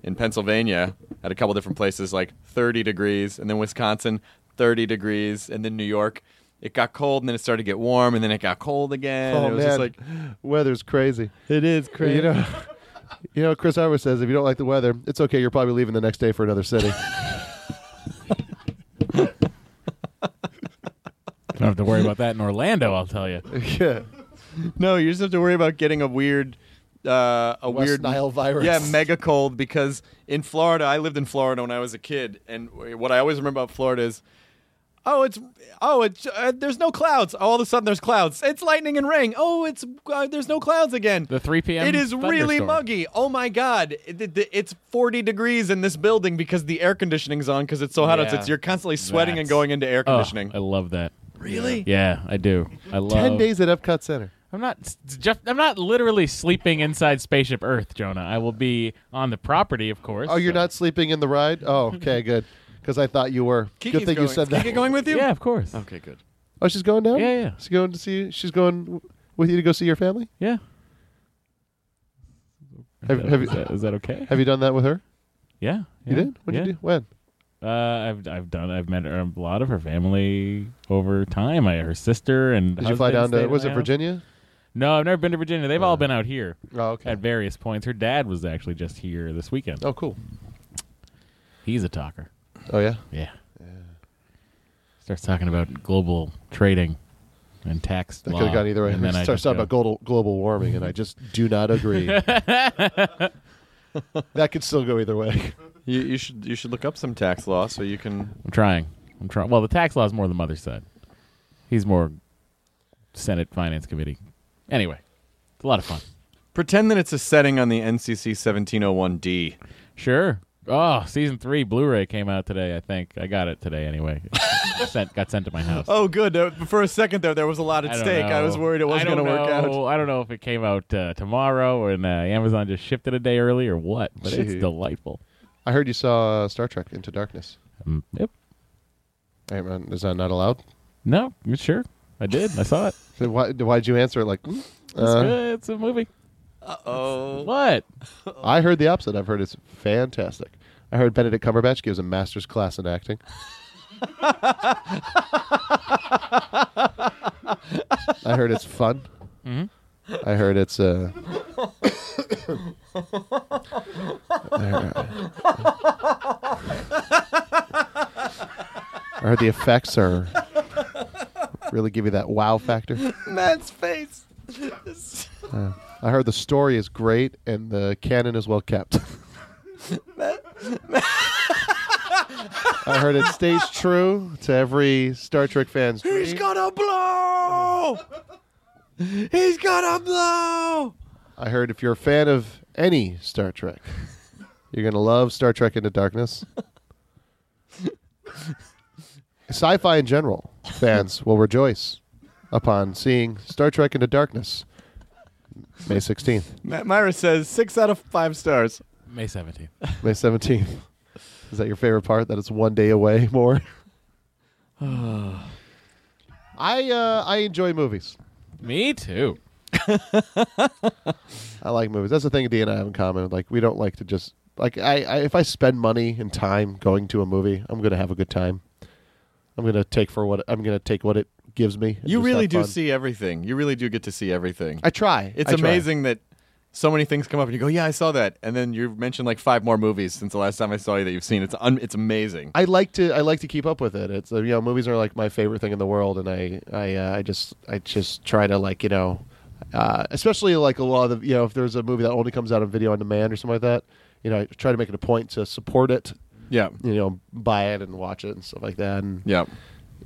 Speaker 1: in Pennsylvania at a couple different places, like 30 degrees, and then Wisconsin 30 degrees, and then New York. It got cold, and then it started to get warm, and then it got cold again.
Speaker 4: oh
Speaker 1: it was just
Speaker 4: man,
Speaker 1: like
Speaker 4: weather's crazy.
Speaker 1: it is
Speaker 4: You know, you know, Chris Harbor says if you don't like the weather, it's okay. You're probably leaving the next day for another city.
Speaker 3: Don't have to worry about that in Orlando. I'll tell you.
Speaker 4: yeah,
Speaker 1: No, you just have to worry about getting a weird, uh, a
Speaker 4: West
Speaker 1: weird
Speaker 4: Nile virus.
Speaker 1: Yeah, mega cold because in Florida, I lived in Florida when I was a kid, and what I always remember about Florida is, oh, it's oh, it's uh, there's no clouds. All of a sudden, there's clouds. It's lightning and rain. Oh, it's uh, there's no clouds again.
Speaker 3: The three p.m.
Speaker 1: It is really
Speaker 3: thunderstorm.
Speaker 1: muggy. Oh my god, It- it- it's 40 degrees in this building because the air conditioning's on because it's so hot.
Speaker 3: Yeah.
Speaker 1: outside. you're constantly sweating and
Speaker 3: That's-
Speaker 1: going into air
Speaker 3: Oh,
Speaker 1: conditioning.
Speaker 3: I love that.
Speaker 1: really?
Speaker 3: Yeah, I do. I love.
Speaker 4: ten days at Epcot Center.
Speaker 3: I'm not. s- Jeff, I'm not literally sleeping inside spaceship Earth, Jonah. I will be on the property, of course.
Speaker 4: Oh, you're
Speaker 3: so-
Speaker 4: not sleeping in the ride? Oh, okay, good. Because I thought you were.
Speaker 1: Kiki's
Speaker 4: good thing
Speaker 1: going.
Speaker 4: you said
Speaker 1: Is
Speaker 4: that.
Speaker 1: Kiki going with you?
Speaker 3: Yeah, of course.
Speaker 1: Okay, good.
Speaker 4: Oh, she's going down.
Speaker 3: Yeah, yeah.
Speaker 4: She's going to see. She's going w- with you to go see your family.
Speaker 3: Yeah.
Speaker 4: Have-
Speaker 3: is, that,
Speaker 4: have you-
Speaker 3: is that- is that okay?
Speaker 4: Have you done that with her?
Speaker 3: yeah,
Speaker 4: You did. What
Speaker 3: What
Speaker 4: did
Speaker 3: yeah.
Speaker 4: you do? When?
Speaker 3: do? Uh, I've I've done. I've met her- a lot of her family over time. I her sister and
Speaker 4: Did you fly
Speaker 3: husband
Speaker 4: down
Speaker 3: stayed
Speaker 4: to?
Speaker 3: at
Speaker 4: Was
Speaker 3: my
Speaker 4: it
Speaker 3: house.
Speaker 4: Virginia?
Speaker 3: No, I've never been to Virginia. They've all been out here
Speaker 4: Oh, okay.
Speaker 3: at various points. Her dad was actually just here this weekend.
Speaker 4: Oh, cool.
Speaker 3: He's a talker.
Speaker 4: Oh yeah.
Speaker 3: Yeah. Starts talking about global trading and tax
Speaker 4: That
Speaker 3: law.
Speaker 4: could have gone either way.
Speaker 3: And then I
Speaker 4: starts
Speaker 3: just
Speaker 4: talking
Speaker 3: go,
Speaker 4: about global, global warming, and I just do not agree. that could still go either way.
Speaker 1: You, you should you should look up some tax law so you can.
Speaker 3: I'm trying. I'm trying. Well, the tax law is more the mother's side. He's more Senate Finance Committee. Anyway, it's a lot of fun.
Speaker 1: Pretend that it's a setting on the NCC 1701D.
Speaker 3: Sure. Oh, season three Blu-ray came out today. I think I got it today. Anyway, It sent, got sent to my house.
Speaker 1: Oh, good. Uh, for a second there, there was a lot at
Speaker 3: I don't
Speaker 1: stake. I
Speaker 3: know.
Speaker 1: was worried it wasn't
Speaker 3: I
Speaker 1: going
Speaker 3: don't
Speaker 1: to work out.
Speaker 3: know. I don't know if it came out uh, tomorrow and uh, Amazon just shifted a day early or what, but it's
Speaker 4: Gee.
Speaker 3: delightful.
Speaker 4: I heard you saw uh, Star Trek Into Darkness.
Speaker 3: Um, yep.
Speaker 4: Hey, man, is that not allowed?
Speaker 3: No, you sure. I did. I saw it.
Speaker 4: So why, why'd you answer it like? mm,
Speaker 3: It's
Speaker 4: uh,
Speaker 3: good. It's a movie.
Speaker 1: Oh,
Speaker 3: What?
Speaker 4: I heard the opposite. I've heard it's fantastic. I heard Benedict Cumberbatch gives a master's class in acting. I heard it's fun. I heard it's uh, I heard- uh, I heard the effects are really give you that wow factor.
Speaker 1: Matt's face.
Speaker 4: I heard the story is great and the canon is well kept. I heard it stays true to every Star Trek fan's
Speaker 1: He's
Speaker 4: dream.
Speaker 1: gonna blow. He's gonna blow.
Speaker 4: I heard if you're a fan of any Star Trek, you're going to love Star Trek Into Darkness. Sci fi in general, fans will rejoice upon seeing Star Trek Into Darkness May 16th,
Speaker 1: Matt Myra says six out of five stars.
Speaker 3: May 17th.
Speaker 4: May 17th. Is that your favorite part? That it's one day away more. I uh, I enjoy movies.
Speaker 3: Me too.
Speaker 4: I like movies. That's the thing D and I have in common. Like we don't like to just like I, I if I spend money and time going to a movie, I'm gonna have a good time. I'm gonna take for what I'm gonna take what it gives me. and
Speaker 1: You
Speaker 4: just
Speaker 1: really
Speaker 4: have
Speaker 1: do
Speaker 4: fun.
Speaker 1: see everything. You really do get to see everything.
Speaker 4: I try.
Speaker 1: it's
Speaker 4: I try.
Speaker 1: amazing that so many things come up and you go, "Yeah, I saw that," and then you've mentioned like five more movies since the last time I saw you that you've seen. It's un- it's amazing.
Speaker 4: I like to I like to keep up with it. It's uh, you know movies are like my favorite thing in the world, and I I uh, I just I just try to like you know, uh, especially like a lot of the, you know if there's a movie that only comes out on video on demand or something like that, you know I try to make it a point to support it,
Speaker 1: yeah,
Speaker 4: you know buy it and watch it and stuff like that, and
Speaker 1: yeah.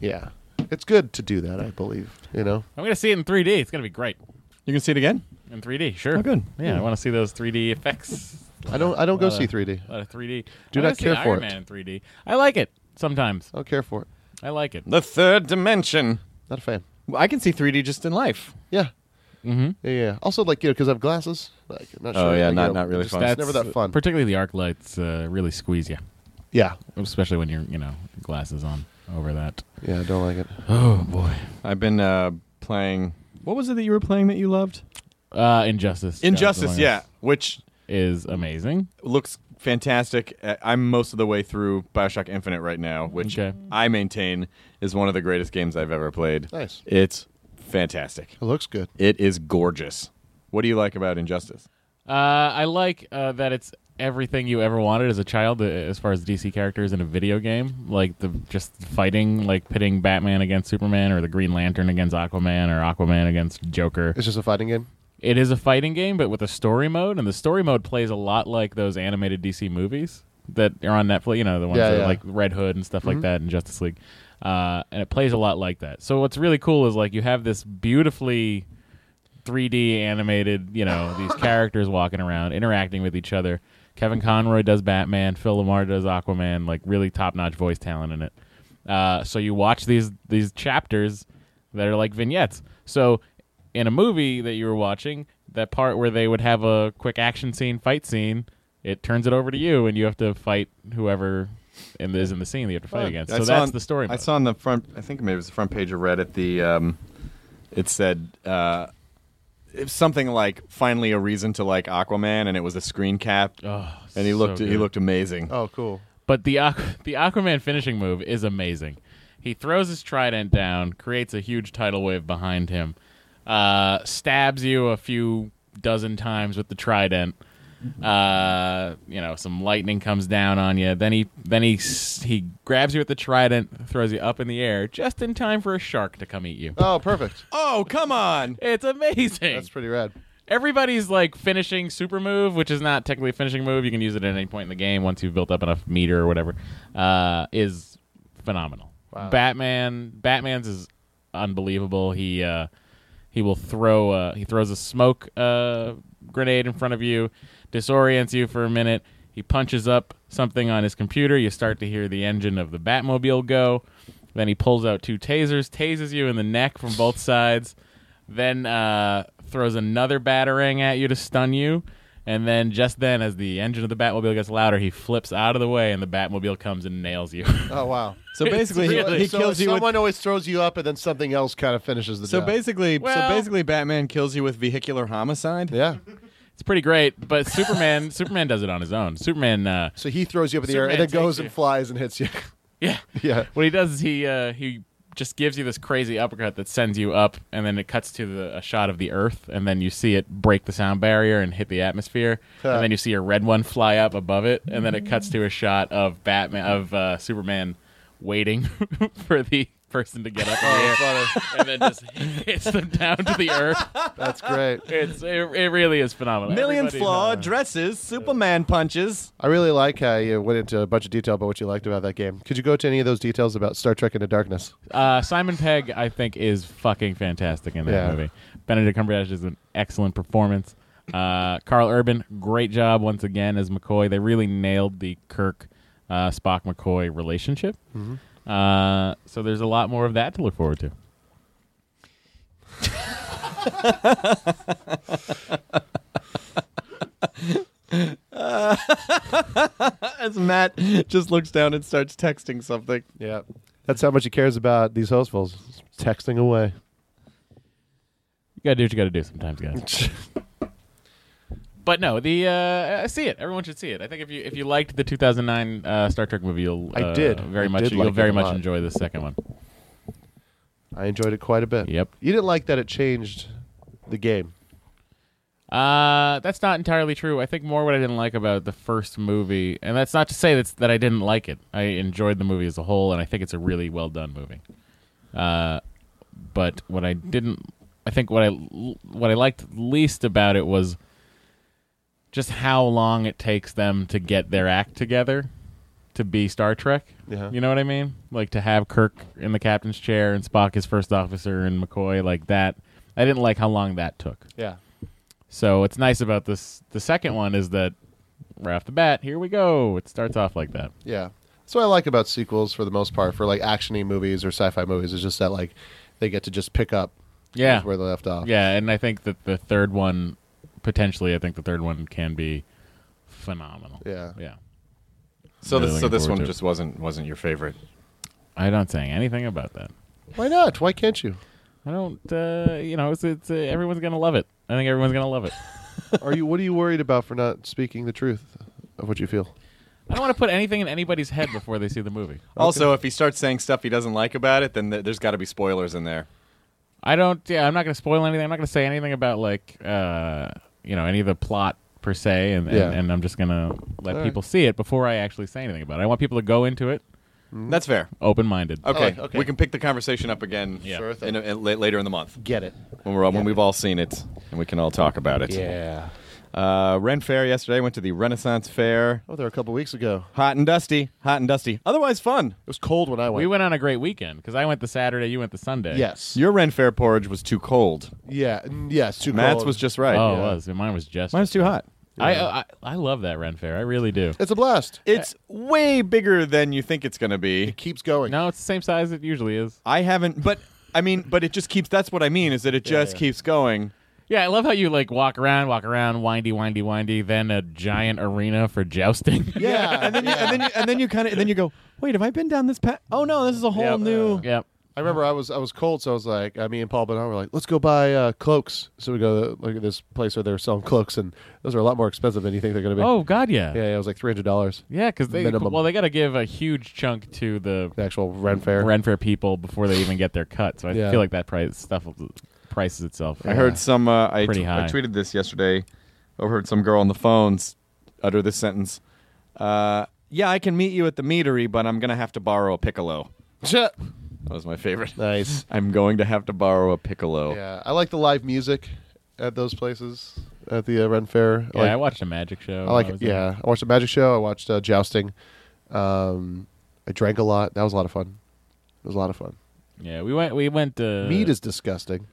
Speaker 4: yeah, it's good to do that I believe you know.
Speaker 3: I'm gonna see it in 3D. It's gonna be great
Speaker 1: You can see it again.
Speaker 3: in 3D. Sure.
Speaker 1: Oh, good.
Speaker 3: Yeah, I want to see those 3D effects.
Speaker 4: I don't I don't go
Speaker 3: Uh,
Speaker 4: see 3D.
Speaker 3: A lot of 3D.
Speaker 4: Do
Speaker 3: I
Speaker 4: not
Speaker 3: wanna see
Speaker 4: care for
Speaker 3: Iron
Speaker 4: it.
Speaker 3: Man in 3D. I like it sometimes.
Speaker 4: I don't care for it.
Speaker 3: I like it.
Speaker 1: The third dimension.
Speaker 4: Not a fan.
Speaker 1: Well, I can see 3D just in life.
Speaker 4: Yeah.
Speaker 3: Mm-hmm.
Speaker 4: Yeah, yeah. Also, like you know, because I have glasses. Like, I'm not
Speaker 1: Oh,
Speaker 4: sure.
Speaker 1: yeah,
Speaker 4: like, you
Speaker 1: not-
Speaker 4: know,
Speaker 1: not really
Speaker 4: just-
Speaker 1: fun.
Speaker 4: It's never that fun.
Speaker 3: Particularly the arc lights uh, really squeeze you,
Speaker 4: yeah,
Speaker 3: especially when you're you know glasses on over that.
Speaker 4: yeah. I don't like it.
Speaker 3: Oh boy.
Speaker 1: I've been uh, playing. What was it that you were playing that you loved?
Speaker 3: Uh, Injustice.
Speaker 1: Injustice.
Speaker 3: Gods
Speaker 1: Yeah,
Speaker 3: Among Us
Speaker 1: which
Speaker 3: is amazing.
Speaker 1: looks fantastic. Uh, I'm most of the way through Bioshock Infinite right now, which
Speaker 3: Okay.
Speaker 1: I maintain is one of the greatest games I've ever played.
Speaker 4: Nice.
Speaker 1: It's fantastic.
Speaker 4: It looks good.
Speaker 1: It is gorgeous. What do you like about Injustice?
Speaker 3: Uh, I like uh, that it's everything you ever wanted as a child, uh, as far as DC characters in a video game, like the just fighting, like pitting Batman against Superman or the Green Lantern against Aquaman or Aquaman against Joker.
Speaker 4: It's just a fighting game.
Speaker 3: It is a fighting game, but with a story mode, and the story mode plays a lot like those animated DC movies that are on Netflix. You know, the ones
Speaker 4: Yeah,
Speaker 3: that are
Speaker 4: yeah. Mm-hmm.
Speaker 3: like Red Hood and stuff like that, and Justice League. Uh, and it plays a lot like that. So what's really cool is like you have this beautifully 3D animated, you know, these characters walking around, interacting with each other. Kevin Conroy does Batman, Phil Lamar does Aquaman, like really top notch voice talent in it. Uh, so you watch these these chapters that are like vignettes. So in a movie that you were watching, that part where they would have a quick action scene, fight scene, it turns it over to you, and you have to fight whoever in is in the scene that you have to fight against.
Speaker 1: I
Speaker 3: So
Speaker 1: saw
Speaker 3: that's
Speaker 1: on-
Speaker 3: the story.
Speaker 1: I
Speaker 3: mode.
Speaker 1: saw on the front. I think maybe it was the front page of Reddit. The um, it said uh, if something like finally a reason to like Aquaman, and it was a screen cap,
Speaker 3: Oh,
Speaker 1: and he
Speaker 3: so
Speaker 1: looked he
Speaker 3: good.
Speaker 1: looked amazing.
Speaker 4: Oh, cool.
Speaker 3: But the Aqu- the Aquaman finishing move is amazing. He throws his trident down, creates a huge tidal wave behind him, uh, stabs you a few dozen times with the trident. Uh, you know, some lightning comes down on you. Then he then he s- he grabs you with the trident, throws you up in the air, just in time for a shark to come eat you.
Speaker 4: Oh, perfect.
Speaker 1: Oh come on!
Speaker 3: It's amazing
Speaker 4: That's pretty rad.
Speaker 3: everybody's like finishing super move, which is not technically a finishing move. You can use it at any point in the game once you've built up enough meter or whatever. Uh, is phenomenal.
Speaker 4: Wow.
Speaker 3: Batman, Batman's is unbelievable. He uh, he will throw uh, he throws a smoke uh, grenade in front of you, disorients you for a minute. He punches up something on his computer. You start to hear the engine of the Batmobile go. Then he pulls out two tasers, tases you in the neck from both sides. Then uh, throws another batarang at you to stun you. And then just then, as the engine of the Batmobile gets louder, he flips out of the way, and the Batmobile comes and nails you.
Speaker 4: Oh, wow.
Speaker 1: So
Speaker 3: It's
Speaker 1: basically, he-
Speaker 3: really-
Speaker 1: he,
Speaker 4: so
Speaker 1: kills you
Speaker 4: someone
Speaker 1: with.
Speaker 4: always throws you up, and then something else kind of finishes the
Speaker 1: So
Speaker 4: job.
Speaker 1: basically,
Speaker 3: Well-
Speaker 1: so basically, Batman kills you with vehicular homicide.
Speaker 4: yeah.
Speaker 3: it's pretty great, but Superman Superman does it on his own. Superman, uh,
Speaker 4: So he throws you up in the air,
Speaker 3: Superman
Speaker 4: and then goes
Speaker 3: takes
Speaker 4: and
Speaker 3: you.
Speaker 4: flies and hits you.
Speaker 3: yeah,
Speaker 4: yeah.
Speaker 3: what he does is he uh, he just gives you this crazy uppercut that sends you up, and then it cuts to the, a shot of the Earth, and then you see it break the sound barrier and hit the atmosphere,
Speaker 4: Huh.
Speaker 3: and then you see a red one fly up above it, and then it cuts to a shot of Batman of uh, Superman waiting for the person to get up in the air, and then just hits them down to the Earth.
Speaker 4: That's great.
Speaker 3: It's it, it really is phenomenal.
Speaker 1: Million
Speaker 3: Everybody-
Speaker 1: flaw dresses, Superman punches.
Speaker 4: I really like how you went into a bunch of detail about what you liked about that game. Could you go to any of those details about Star Trek Into Darkness?
Speaker 3: Uh, Simon Pegg, I think, is fucking fantastic in that
Speaker 4: Yeah.
Speaker 3: movie. Benedict Cumberbatch is an excellent performance. Uh, Carl Urban, great job once again as McCoy. They really nailed the Kirk uh, Spock McCoy relationship.
Speaker 4: Mm-hmm.
Speaker 3: Uh, so there's a lot more of that to look forward to.
Speaker 1: as Matt just looks down and starts texting something.
Speaker 4: Yeah. That's how much he cares about these hostiles. Texting away.
Speaker 3: You gotta do what you gotta do sometimes, guys. but no, the uh, I see it. Everyone should see it. I think if you if you liked the 2009 uh, Star Trek movie, you'll
Speaker 4: I
Speaker 3: uh,
Speaker 4: did.
Speaker 3: very
Speaker 4: I
Speaker 3: much
Speaker 4: did
Speaker 3: you'll
Speaker 4: like it
Speaker 3: very
Speaker 4: a
Speaker 3: much
Speaker 4: lot.
Speaker 3: enjoy the second one.
Speaker 4: I enjoyed it quite a bit.
Speaker 3: Yep.
Speaker 4: You didn't like that it changed the game.
Speaker 3: Uh, that's not entirely true. I think more what I didn't like about the first movie, and that's not to say that's, that I didn't like it. I enjoyed the movie as a whole, and I think it's a really well done movie. Uh, but what I didn't, I think what I l- what I liked least about it was just how long it takes them to get their act together to be Star Trek.
Speaker 4: Yeah.
Speaker 3: You know what I mean? Like to have Kirk in the captain's chair and Spock his first officer and McCoy like that. I didn't like how long that took.
Speaker 4: Yeah.
Speaker 3: So what's nice about this the second one is that right off the bat, here we go. It starts off like that.
Speaker 4: Yeah. That's what I like about sequels for the most part, for like actiony movies or sci fi movies, is just that like they get to just pick up
Speaker 3: Yeah.
Speaker 4: where they left off.
Speaker 3: Yeah, and I think that the third one potentially I think the third one can be phenomenal.
Speaker 4: Yeah.
Speaker 3: Yeah.
Speaker 1: So
Speaker 3: Really
Speaker 1: this, so
Speaker 3: looking
Speaker 1: this
Speaker 3: forward
Speaker 1: one
Speaker 3: to it.
Speaker 1: just wasn't wasn't your favorite.
Speaker 3: I don't saying anything about that.
Speaker 4: Why not? Why can't you?
Speaker 3: I don't uh you know, it's, it's uh, everyone's going to love it. I think everyone's going to love it.
Speaker 4: Are you what are you worried about for not speaking the truth of what you feel?
Speaker 3: I don't want to put anything in anybody's head before they see the movie.
Speaker 1: Also, if he starts saying stuff he doesn't like about it, then th- there's got to be spoilers in there.
Speaker 3: I don't. Yeah, I'm not going to spoil anything. I'm not going to say anything about like uh, you know any of the plot per se, and and,
Speaker 4: Yeah.
Speaker 3: and I'm just going to let
Speaker 4: All right.
Speaker 3: people see it before I actually say anything about it. I want people to go into it
Speaker 1: That's fair.
Speaker 3: open minded.
Speaker 1: Okay.
Speaker 4: Mm-hmm. Oh, okay.
Speaker 1: we can pick the conversation up again
Speaker 3: Yeah.
Speaker 4: Sure thing.
Speaker 1: in a, in, la- later in the month
Speaker 4: Get it.
Speaker 1: when we're all, when we've all seen it and we can all talk about it.
Speaker 4: Yeah.
Speaker 1: Uh, Ren Fair yesterday went to the Renaissance Fair.
Speaker 4: Oh, there a couple weeks ago.
Speaker 1: Hot and dusty, hot and dusty. Otherwise, fun.
Speaker 4: It was cold when I went.
Speaker 3: We went on a great weekend because I went the Saturday, you went the Sunday.
Speaker 4: Yes.
Speaker 1: Your Ren Fair porridge was too cold.
Speaker 4: yeah. n- Yes. Too
Speaker 1: Matt's
Speaker 4: cold.
Speaker 1: was just right.
Speaker 3: oh,
Speaker 4: yeah.
Speaker 3: it was mine was just
Speaker 1: Mine's too hot.
Speaker 3: I, I I love that Ren Fair. I really do.
Speaker 4: It's a blast.
Speaker 1: It's way bigger than you think it's going to be.
Speaker 4: It keeps going.
Speaker 3: No, it's the same size it usually is.
Speaker 1: I haven't, but I mean, but it just keeps. That's what I mean. Is that it just
Speaker 4: yeah.
Speaker 1: keeps going?
Speaker 3: Yeah, I love how you like walk around, walk around, windy, windy, windy, then a giant arena for jousting.
Speaker 4: Yeah.
Speaker 1: and then you, and then you, and then you kind of and then you go, wait, have I been down this path? Oh no, this is a whole
Speaker 3: Yep.
Speaker 1: new.
Speaker 3: yep.
Speaker 4: I remember I was I was cold, so I was like, uh, me and Paul Bernard were like, let's go buy uh, cloaks. So we go to, look at this place where they're selling cloaks, and those are a lot more expensive than you think they're going to be.
Speaker 3: Oh God,
Speaker 4: yeah, yeah, it was like three hundred dollars.
Speaker 3: Yeah, because they
Speaker 4: Minimum.
Speaker 3: well, they got to give a huge chunk to the
Speaker 4: The actual rent fair.
Speaker 3: Renfair people before they even get their cut. So I
Speaker 4: Yeah.
Speaker 3: feel like that price stuff will- prices itself.
Speaker 1: I heard some. Uh, I,
Speaker 3: Pretty
Speaker 1: tw- I
Speaker 3: high.
Speaker 1: tweeted this yesterday. Overheard some girl on the phones utter this sentence. Uh, yeah, I can meet you at the meatery, but I'm gonna have to borrow a piccolo. That was my favorite.
Speaker 4: nice.
Speaker 1: I'm going to have to borrow a piccolo.
Speaker 4: Yeah, I like the live music at those places at the uh, rent fair.
Speaker 3: Yeah,
Speaker 4: I like,
Speaker 3: I watched a magic show.
Speaker 4: I like
Speaker 3: when was
Speaker 4: yeah.
Speaker 3: there.
Speaker 4: I watched the magic show. I watched uh, jousting. Um, I drank a lot. That was a lot of fun. It was a lot of fun.
Speaker 3: yeah. We went. We went. Uh,
Speaker 4: Meat is disgusting.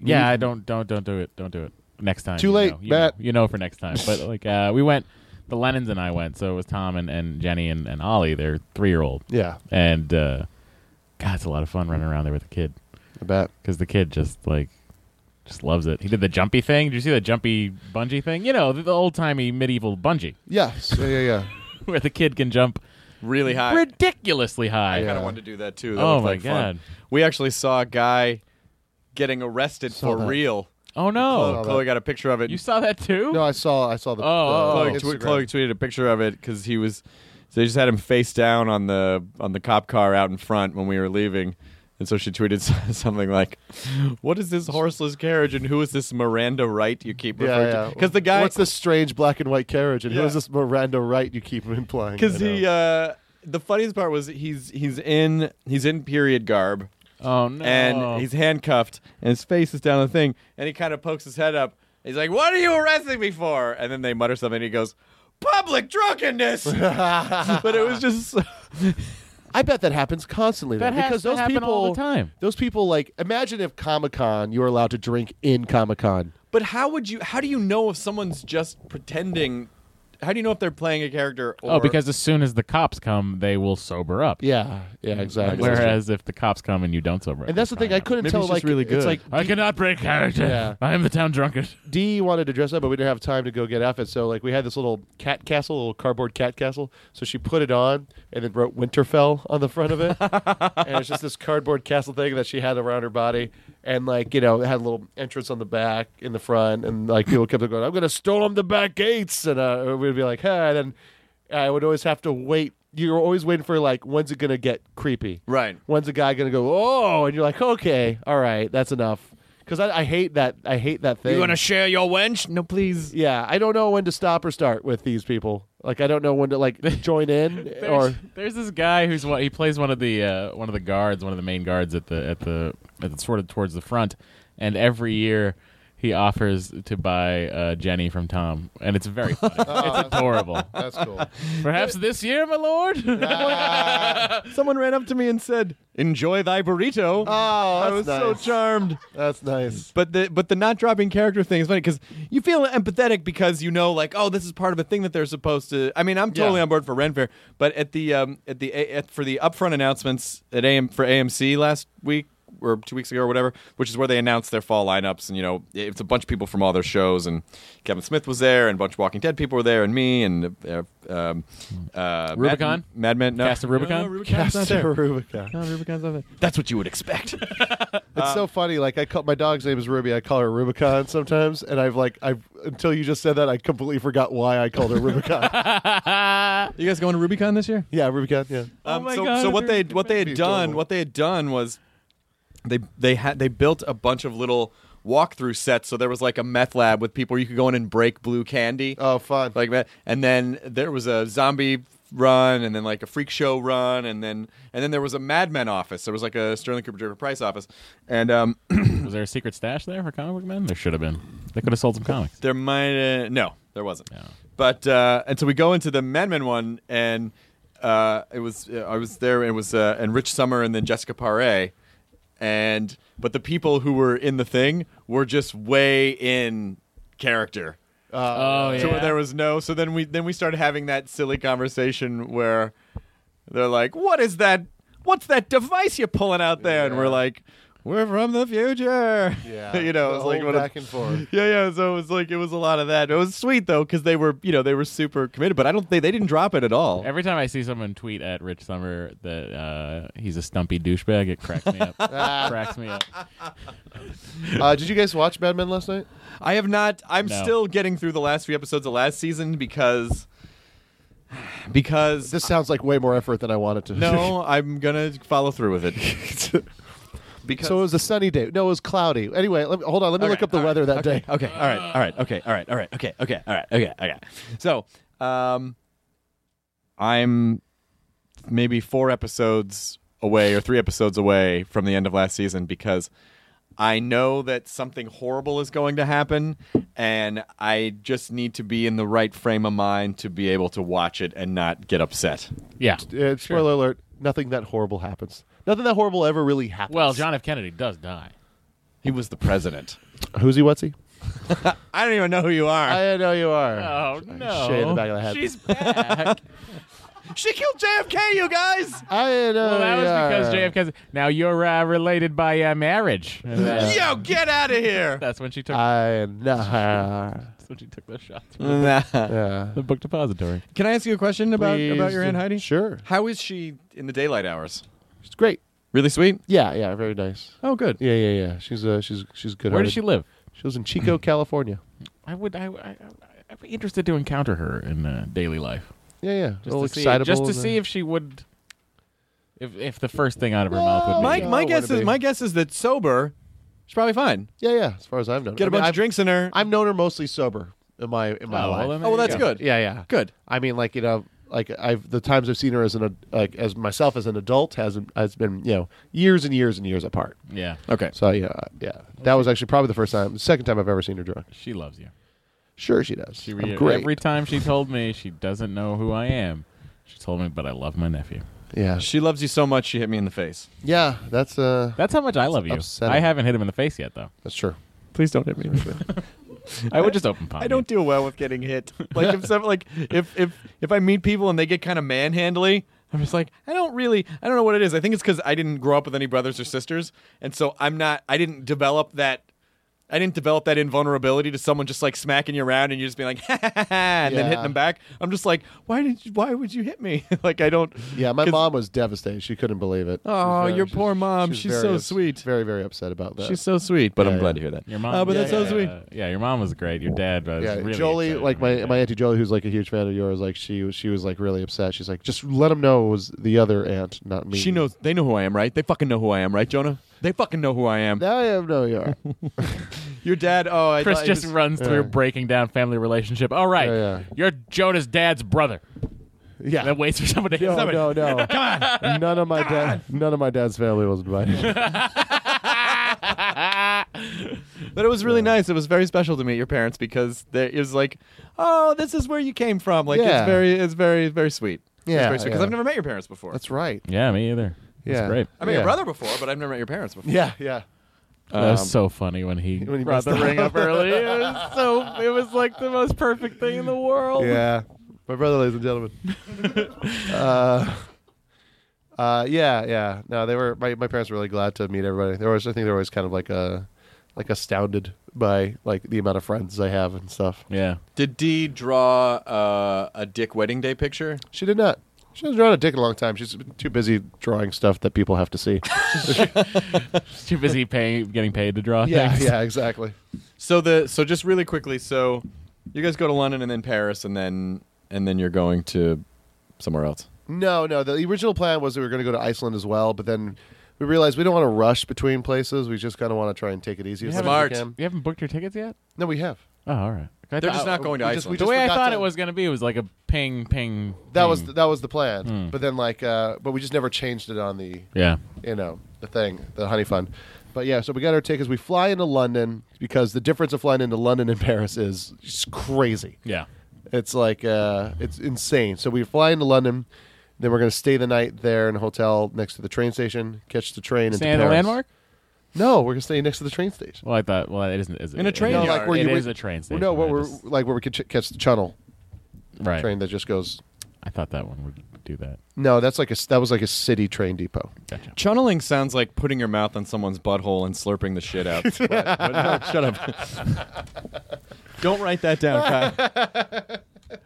Speaker 3: Yeah,
Speaker 4: meat-
Speaker 3: I don't. Don't. Don't do it. Don't do it. Next time.
Speaker 4: Too
Speaker 3: you
Speaker 4: late,
Speaker 3: know, you
Speaker 4: Matt.
Speaker 3: Know, you know for next time. But like, uh, we went. The Lennons and I went. So it was Tom and, and Jenny and, and Ollie. They're three year old.
Speaker 4: Yeah,
Speaker 3: And uh, God, it's a lot of fun running around there with a kid
Speaker 4: I bet.
Speaker 3: because the kid just like just loves it. He did the jumpy thing. Did you see the jumpy bungee thing? You know, the, the old timey medieval bungee
Speaker 4: Yes. Yeah, yeah, yeah.
Speaker 3: where the kid can jump
Speaker 1: Really high.
Speaker 3: ridiculously
Speaker 1: I
Speaker 3: high.
Speaker 1: kind
Speaker 4: Yeah.
Speaker 1: of wanted to do that too. That
Speaker 3: Oh
Speaker 1: looked
Speaker 3: my
Speaker 1: like fun.
Speaker 3: God.
Speaker 1: We actually saw a guy getting arrested
Speaker 4: Saw
Speaker 1: for
Speaker 4: that.
Speaker 1: real.
Speaker 3: Oh no!
Speaker 4: Saw
Speaker 1: Chloe,
Speaker 4: that.
Speaker 1: got a picture of it.
Speaker 3: You saw that too?
Speaker 4: No, I saw. I saw the.
Speaker 3: Oh,
Speaker 4: the
Speaker 3: oh,
Speaker 1: Chloe, tw-
Speaker 4: Instagram.
Speaker 1: Chloe tweeted a picture of it because he was. So they just had him face down on the on the cop car out in front when we were leaving, and so she tweeted something like, "What is this horseless carriage and who is this Miranda Wright you keep
Speaker 4: Yeah,
Speaker 1: referring
Speaker 4: yeah.
Speaker 1: to?" Because the guy,
Speaker 4: What's this strange black and white carriage? And who
Speaker 1: Yeah.
Speaker 4: is this Miranda Wright you keep implying?
Speaker 1: Because
Speaker 4: I know.
Speaker 1: he, uh, the funniest part was he's he's in he's in period garb
Speaker 3: Oh no!
Speaker 1: and he's handcuffed and his face is down on the thing and he kind of pokes his head up. He's like, "What are you arresting me for?" And then they mutter something and he goes, "Public drunkenness." but it was just so-
Speaker 4: I bet that happens constantly. though,
Speaker 3: that has
Speaker 4: because
Speaker 3: to
Speaker 4: those
Speaker 3: happen
Speaker 4: people,
Speaker 3: all the time.
Speaker 4: those people, like, imagine if Comic Con, you were allowed to drink in Comic Con.
Speaker 1: But how would you? How do you know if someone's just pretending? how do you know if they're playing a character? Or
Speaker 3: Oh, because as soon as the cops come, they will sober up.
Speaker 4: Yeah, yeah, exactly.
Speaker 3: Whereas if the cops come and you don't sober up,
Speaker 4: and that's the
Speaker 3: you're
Speaker 4: thing, I
Speaker 3: trying out.
Speaker 4: couldn't
Speaker 1: Maybe
Speaker 4: tell.
Speaker 1: he's just
Speaker 4: like,
Speaker 1: really good.
Speaker 4: It's like
Speaker 3: I cannot break character.
Speaker 4: Yeah.
Speaker 3: I am the town drunkard.
Speaker 4: D wanted to dress up, but we didn't have time to go get outfits. So like we had this little cat castle, little cardboard cat castle. So she put it on and then wrote Winterfell on the front of it, and it's just this cardboard castle thing that she had around her body, and like you know it had a little entrance on the back, in the front, and like people kept going, "I'm gonna storm the back gates," and uh, we'd be like, "Hey," and then I would always have to wait. You were always waiting for like, when's it gonna get creepy?
Speaker 1: right.
Speaker 4: When's a guy gonna go? Oh, and you're like, okay, all right, that's enough. Because I, I hate that. I hate that thing.
Speaker 1: share your wench? No, please.
Speaker 4: Yeah, I don't know when to stop or start with these people. Like, I don't know when to like join in or
Speaker 3: There's, there's this guy who's one, he plays one of the uh, one of the guards, one of the main guards at the at the at the sort of towards the front, and every year he offers to buy uh, Jenny from Tom, and it's very funny. it's adorable.
Speaker 4: that's cool.
Speaker 3: Perhaps this year, my lord.
Speaker 1: Someone ran up to me and said, "Enjoy thy burrito."
Speaker 4: Oh,
Speaker 1: I was so charmed.
Speaker 4: That's nice.
Speaker 1: But the but the not dropping character thing is funny because you feel empathetic because you know like oh this is part of a thing that they're supposed to. I mean I'm totally
Speaker 4: Yeah.
Speaker 1: on board for Renfair, but at the um at the A- at, for the upfront announcements at AM for AMC last week or two weeks ago or whatever, which is where they announced their fall lineups and you know it's a bunch of people from all their shows and Kevin Smith was there and a bunch of Walking Dead people were there and me and uh, um, uh,
Speaker 3: Rubicon?
Speaker 1: Mad, Mad Men no.
Speaker 3: Cast of Rubicon?
Speaker 1: No, no, Rubicon's not
Speaker 4: Castor
Speaker 1: there.
Speaker 4: Rubicon.
Speaker 1: No, Rubicon's not there. That's what you would expect.
Speaker 4: It's so funny. Like I call my dog's name is Ruby. I call her Rubicon sometimes, and I've like I've until you just said that I completely forgot why I called her Rubicon.
Speaker 1: you guys going to Rubicon this year?
Speaker 4: yeah, Rubicon. Yeah.
Speaker 1: Um,
Speaker 3: Oh my
Speaker 1: so,
Speaker 3: God,
Speaker 1: so
Speaker 3: if
Speaker 1: what
Speaker 3: they're
Speaker 1: they what they had
Speaker 4: Be
Speaker 1: done
Speaker 4: adorable.
Speaker 1: what they had done was they they had they built a bunch of little walkthrough sets. So there was like a meth lab with people you could go in and break blue candy
Speaker 4: Oh, fun.
Speaker 1: like that, and then there was a zombie run, and then like a freak show run, and then and then there was a Mad Men office. There was like a Sterling Cooper Jerker Price office, and um,
Speaker 3: Was there a secret stash there for comic book men? There should have been. They could have sold some comics.
Speaker 1: There might uh, no, there wasn't.
Speaker 3: No.
Speaker 1: But uh, and so we go into the Mad Men one, and uh, it was uh, I was there. It was uh, and Rich Summer and then Jessica Paré, and but the people who were in the thing were just way in character.
Speaker 4: Uh,
Speaker 3: Oh yeah.
Speaker 1: So where there was no. So then we then we started having that silly conversation where they're like, "What is that? What's that device you're pulling out there?" And we're
Speaker 4: Yeah.
Speaker 1: like, "We're from the future."
Speaker 4: Yeah.
Speaker 1: you know, it
Speaker 4: The
Speaker 1: was like
Speaker 4: whole
Speaker 1: one of-
Speaker 4: back and forth.
Speaker 1: yeah, yeah. So it was like it was a lot of that. It was sweet though because they were, you know, they were super committed. But I don't think they didn't drop it at all.
Speaker 3: Every time I see someone tweet at Rich Summer that uh, he's a stumpy douchebag, it cracks me up. cracks me up.
Speaker 4: Ah. Uh, did you guys watch Mad Men last night?
Speaker 1: I have not. I'm
Speaker 3: No.
Speaker 1: still getting through the last few episodes of last season because because
Speaker 4: This sounds like way more effort than I wanted to.
Speaker 1: no, I'm gonna follow through with it because.
Speaker 4: So it was a sunny day. No, it was cloudy. Anyway, let me, hold on. Let me
Speaker 1: Okay,
Speaker 4: look up the
Speaker 1: all right,
Speaker 4: weather that
Speaker 1: okay,
Speaker 4: day.
Speaker 1: Okay, all right, all right, okay, all right, all right, okay, okay, all right, okay, okay. So, um, I'm maybe four episodes away or three episodes away from the end of last season because I know that something horrible is going to happen, and I just need to be in the right frame of mind to be able to watch it and not get upset.
Speaker 3: Yeah.
Speaker 4: Uh, spoiler alert: nothing that horrible happens. Nothing that horrible ever really happens.
Speaker 3: Well, John F. Kennedy does die.
Speaker 1: He was the president.
Speaker 4: who's he? What's he?
Speaker 1: I don't even know who you are.
Speaker 4: I know you are.
Speaker 3: Oh no!
Speaker 4: Shit in the back of the head.
Speaker 3: She's oh, back.
Speaker 1: she killed JFK, you guys.
Speaker 4: I know.
Speaker 3: well, that
Speaker 4: you
Speaker 3: was
Speaker 4: are.
Speaker 3: because JFK. 's- Now you're uh, related by uh, marriage. And that-
Speaker 1: Yo, get out of here.
Speaker 3: that's when she took.
Speaker 4: I know.
Speaker 3: that's when she took those shots. from
Speaker 1: Nah.
Speaker 4: Yeah.
Speaker 3: The book depository.
Speaker 1: Can I ask you a question about, about your
Speaker 4: Please.
Speaker 1: Aunt Heidi?
Speaker 4: Sure.
Speaker 1: How is she in the daylight hours?
Speaker 4: She's great.
Speaker 1: Really sweet.
Speaker 4: Yeah, yeah, very nice.
Speaker 1: Oh, good.
Speaker 4: Yeah, yeah, yeah. She's uh, she's she's good.
Speaker 3: Where does she live?
Speaker 4: She lives in Chico, California.
Speaker 3: I would. I, I, I'd be interested to encounter her in uh, daily life.
Speaker 4: Yeah, yeah. A
Speaker 3: just
Speaker 4: little
Speaker 3: to see,
Speaker 4: excitable
Speaker 3: just to
Speaker 4: and, uh,
Speaker 3: see if she would, if if the first thing out of her mouth would be.
Speaker 1: My,
Speaker 4: Yeah,
Speaker 1: my
Speaker 4: what
Speaker 1: guess
Speaker 4: would it
Speaker 1: is
Speaker 4: be?
Speaker 1: my guess is that sober, she's probably fine.
Speaker 4: Yeah, yeah. As far as I've known,
Speaker 1: Get
Speaker 4: I
Speaker 1: a
Speaker 4: mean,
Speaker 1: bunch of
Speaker 4: I've,
Speaker 1: drinks in her.
Speaker 4: I've known her mostly sober in my in my
Speaker 3: Oh, well,
Speaker 4: life.
Speaker 3: then
Speaker 1: oh, well,
Speaker 3: there you
Speaker 1: that's
Speaker 3: go.
Speaker 1: good.
Speaker 4: Yeah, yeah.
Speaker 1: Good.
Speaker 4: I mean, like you know, like I've the times I've seen her as an ad- like as myself as an adult has has been you know years and years and years apart.
Speaker 3: Yeah,
Speaker 1: Okay.
Speaker 4: So yeah, yeah. That was actually probably the first time, second time I've ever seen her drunk.
Speaker 3: she loves you.
Speaker 4: Sure, she does.
Speaker 3: She
Speaker 4: I'm
Speaker 3: re-
Speaker 4: great.
Speaker 3: every time she told me she doesn't know who I am. She told me, but I love my nephew.
Speaker 4: yeah,
Speaker 1: She loves you so much she hit me in the face.
Speaker 4: yeah. That's uh,
Speaker 3: That's how much I love you.
Speaker 4: upsetting.
Speaker 3: I haven't hit him in the face yet, though.
Speaker 4: that's true.
Speaker 1: Please don't hit me.
Speaker 3: I would just open palm.
Speaker 1: I don't do well with getting hit. Like if some, like if if if I meet people and they get kind of manhandly, I'm just like I don't really I don't know what it is. I think it's because I didn't grow up with any brothers or sisters, and so I'm not I didn't develop that. I didn't develop that invulnerability to someone just like smacking you around and you just being like, ha, ha, ha, and then
Speaker 4: Yeah.
Speaker 1: hitting them back. I'm just like, why did you, why would you hit me? like I don't.
Speaker 4: Yeah, my
Speaker 1: 'cause-
Speaker 4: mom was devastated. She couldn't believe it. She
Speaker 1: Aw,
Speaker 4: was very-
Speaker 1: your
Speaker 4: she-
Speaker 1: poor mom.
Speaker 4: was
Speaker 1: She's
Speaker 4: very
Speaker 1: so sweet.
Speaker 4: Very, very upset about that.
Speaker 1: She's so sweet, but
Speaker 4: Yeah,
Speaker 1: I'm
Speaker 4: yeah.
Speaker 1: glad to hear that.
Speaker 3: Your mom,
Speaker 1: Uh, but
Speaker 3: yeah,
Speaker 1: that's
Speaker 3: yeah,
Speaker 1: so sweet.
Speaker 3: yeah. Yeah, your mom was great. Your dad was
Speaker 4: yeah,
Speaker 3: really
Speaker 4: Jolie,
Speaker 3: excited
Speaker 4: like
Speaker 3: when
Speaker 4: my
Speaker 3: he
Speaker 4: my
Speaker 3: died.
Speaker 4: auntie Jolie, who's like a huge fan of yours, like she was she was like really upset. She's like, just let him know it was the other aunt, not me.
Speaker 1: She knows. They know who I am, right? They fucking know who I am, right, Jonah? They fucking know who I am.
Speaker 4: Now I have no you are.
Speaker 1: Your dad. Oh, I
Speaker 3: Chris
Speaker 1: thought he
Speaker 3: just
Speaker 1: was-
Speaker 3: runs through breaking down family relationship. All right,
Speaker 4: Yeah, yeah.
Speaker 3: you're Jonah's dad's brother.
Speaker 4: yeah.
Speaker 3: And then waits for someone to hit
Speaker 4: no,
Speaker 3: somebody.
Speaker 4: no, no. Come on. None of my dad. None of my dad's family was invited.
Speaker 1: But it was really nice. It was very special to meet your parents because they, it was like, oh, this is where you came from. Like it's
Speaker 4: Yeah.
Speaker 1: very, it's very, very sweet.
Speaker 4: Yeah,
Speaker 1: because
Speaker 4: yeah.
Speaker 1: I've never met your parents before.
Speaker 4: That's right.
Speaker 3: Yeah, me either.
Speaker 4: Yeah.
Speaker 3: That's great.
Speaker 1: I met
Speaker 4: yeah.
Speaker 1: your brother before, but I've never met your parents before.
Speaker 4: Yeah, yeah.
Speaker 3: that
Speaker 1: Um,
Speaker 3: was so funny when he,
Speaker 4: When he
Speaker 3: brought the
Speaker 4: messed up.
Speaker 3: ring up early. It was so. It was like the most perfect thing in the world.
Speaker 4: Yeah. My brother, ladies and gentlemen. uh, uh, yeah, yeah. No, they were my, my parents were really glad to meet everybody. They were always- I think they were always kind of like uh like astounded by like the amount of friends I have and stuff.
Speaker 3: yeah.
Speaker 1: Did Dee draw uh, a dick wedding day picture?
Speaker 4: She did not. She hasn't drawn a dick in a long time. She's been too busy drawing stuff that people have to see.
Speaker 3: Too busy paying, getting paid to draw.
Speaker 4: yeah,
Speaker 3: things.
Speaker 4: yeah, exactly.
Speaker 1: So the so just really quickly. So you guys go to London and then Paris and then and then you're going to somewhere else.
Speaker 4: No, no. The original plan was that we were going to go to Iceland as well, but then we realized we don't want to rush between places. We just kind of want to try and take it easy. as much as we
Speaker 1: Smart.
Speaker 4: can.
Speaker 3: You haven't booked your tickets yet?
Speaker 4: No, we have.
Speaker 3: Oh, all right. I
Speaker 1: They're
Speaker 3: thought-
Speaker 1: just not going to
Speaker 4: we just-
Speaker 1: Iceland.
Speaker 4: we
Speaker 3: the way I
Speaker 4: forgot
Speaker 3: thought
Speaker 4: to-
Speaker 3: it was going to be was like a ping, ping.
Speaker 4: That was
Speaker 3: ping.
Speaker 4: that was the plan, but then like, uh, but we just never changed it on the
Speaker 3: yeah.
Speaker 4: you know the thing, the honey fun. But yeah, so we got our tickets. We fly into London because the difference of flying into London and Paris is just crazy.
Speaker 3: Yeah.
Speaker 4: It's like uh, it's insane. So we fly into London, then we're gonna stay the night there in a hotel next to the train station, catch the train into
Speaker 3: Stay at the
Speaker 4: Paris.
Speaker 3: landmark.
Speaker 4: No, we're gonna stay next to the train station.
Speaker 3: Well, I thought. Well, it isn't. Is it
Speaker 1: In a train
Speaker 3: it,
Speaker 1: No,
Speaker 3: is-
Speaker 1: like where
Speaker 3: it
Speaker 4: you
Speaker 3: is a
Speaker 4: would-
Speaker 3: train station.
Speaker 4: No, what
Speaker 3: I
Speaker 4: we're
Speaker 3: just-
Speaker 4: like where we could ch- catch the Channel
Speaker 3: right.
Speaker 4: train that just goes.
Speaker 3: I thought that one would do that.
Speaker 4: No, that's like a s- that was like a city train depot.
Speaker 3: Gotcha.
Speaker 1: Chunneling sounds like putting your mouth on someone's butthole and slurping the shit out. What? What? No, shut up. Don't write that down, Kyle.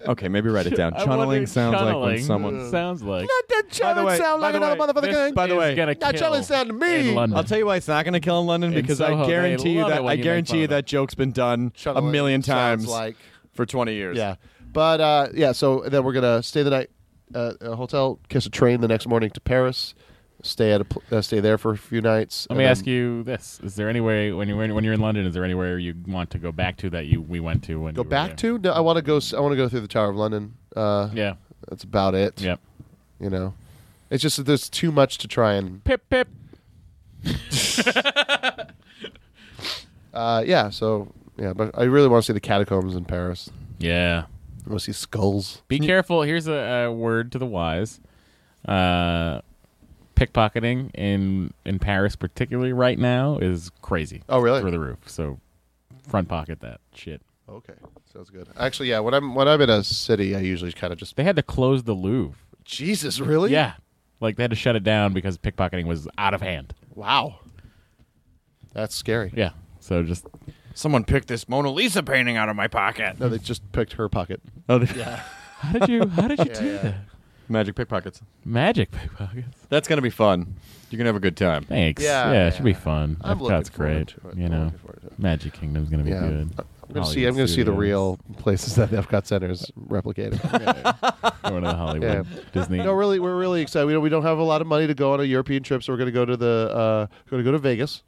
Speaker 1: Okay, maybe write it down.
Speaker 3: I
Speaker 1: Chunneling
Speaker 3: wondered-
Speaker 1: sounds like when
Speaker 3: chunneling
Speaker 1: someone.
Speaker 3: sounds like.
Speaker 4: that
Speaker 1: By the way- sound by like the another way, motherfucking this- thing. by the
Speaker 3: is
Speaker 1: way,
Speaker 3: gonna
Speaker 4: Not
Speaker 3: kill
Speaker 4: chunneling sound to me.
Speaker 3: In London.
Speaker 1: I'll tell you why it's not going to kill in London
Speaker 3: In
Speaker 1: because I
Speaker 3: Soho, they
Speaker 1: guarantee you
Speaker 3: love
Speaker 1: that
Speaker 3: it when
Speaker 1: I
Speaker 3: you make
Speaker 1: guarantee
Speaker 3: fun
Speaker 1: you
Speaker 3: of them.
Speaker 1: that joke's been done a
Speaker 4: Chunneling
Speaker 1: million
Speaker 4: sounds
Speaker 1: times
Speaker 4: Like
Speaker 1: for 20 years.
Speaker 4: yeah, but uh, yeah. So then we're gonna stay the night uh, at a hotel, catch a train the next morning to Paris, stay at a pl- uh, stay there for a few nights.
Speaker 3: Let
Speaker 4: and
Speaker 3: me
Speaker 4: then-
Speaker 3: ask you this: Is there anywhere when you're when you're in London? Is there anywhere you want to go back to that you we went to when
Speaker 4: Go
Speaker 3: you were
Speaker 4: back
Speaker 3: there?
Speaker 4: to? No, I want to go. s- I want to go through the Tower of London. Uh,
Speaker 3: Yeah,
Speaker 4: that's about it.
Speaker 3: yeah.
Speaker 4: you know, it's just that there's too much to try and.
Speaker 3: Pip pip.
Speaker 4: Uh, yeah, so yeah, but I really want to see the catacombs in Paris.
Speaker 3: Yeah.
Speaker 4: I want to see skulls.
Speaker 3: Be careful. Here's a, a word to the wise. Uh, pickpocketing in in Paris, particularly right now, is crazy.
Speaker 4: Oh, really?
Speaker 3: Through the roof. So front pocket that shit.
Speaker 4: Okay, sounds good. Actually, yeah, when I'm when I'm in a city, I usually kind of just
Speaker 3: They had to close the Louvre.
Speaker 4: Jesus, really?
Speaker 3: Yeah. Like they had to shut it down because pickpocketing was out of hand.
Speaker 4: Wow, that's scary.
Speaker 3: Yeah. So just
Speaker 1: Someone picked this Mona Lisa painting out of my pocket.
Speaker 4: No, they just picked her pocket.
Speaker 3: oh, yeah. How did you how did you do
Speaker 4: yeah.
Speaker 3: that?
Speaker 1: Magic pickpockets.
Speaker 3: Magic pickpockets.
Speaker 1: That's going to be fun. You're going to have a good time.
Speaker 3: Thanks.
Speaker 4: Yeah,
Speaker 3: it should be fun.
Speaker 4: I'm looking
Speaker 3: Epcot's
Speaker 4: forward
Speaker 3: great.
Speaker 4: to it.
Speaker 3: You
Speaker 4: I'm
Speaker 3: know,
Speaker 4: looking forward to it.
Speaker 3: Magic Kingdom's gonna be
Speaker 4: Yeah.
Speaker 3: good.
Speaker 4: I'm gonna see. I'm gonna see the real places that the Epcot Center is replicated.
Speaker 3: Going to the Hollywood
Speaker 4: Yeah.
Speaker 3: Disney.
Speaker 4: No, really, we're really excited. We don't, we don't have a lot of money to go on a European trip, so we're gonna go to the uh, gonna go to Vegas.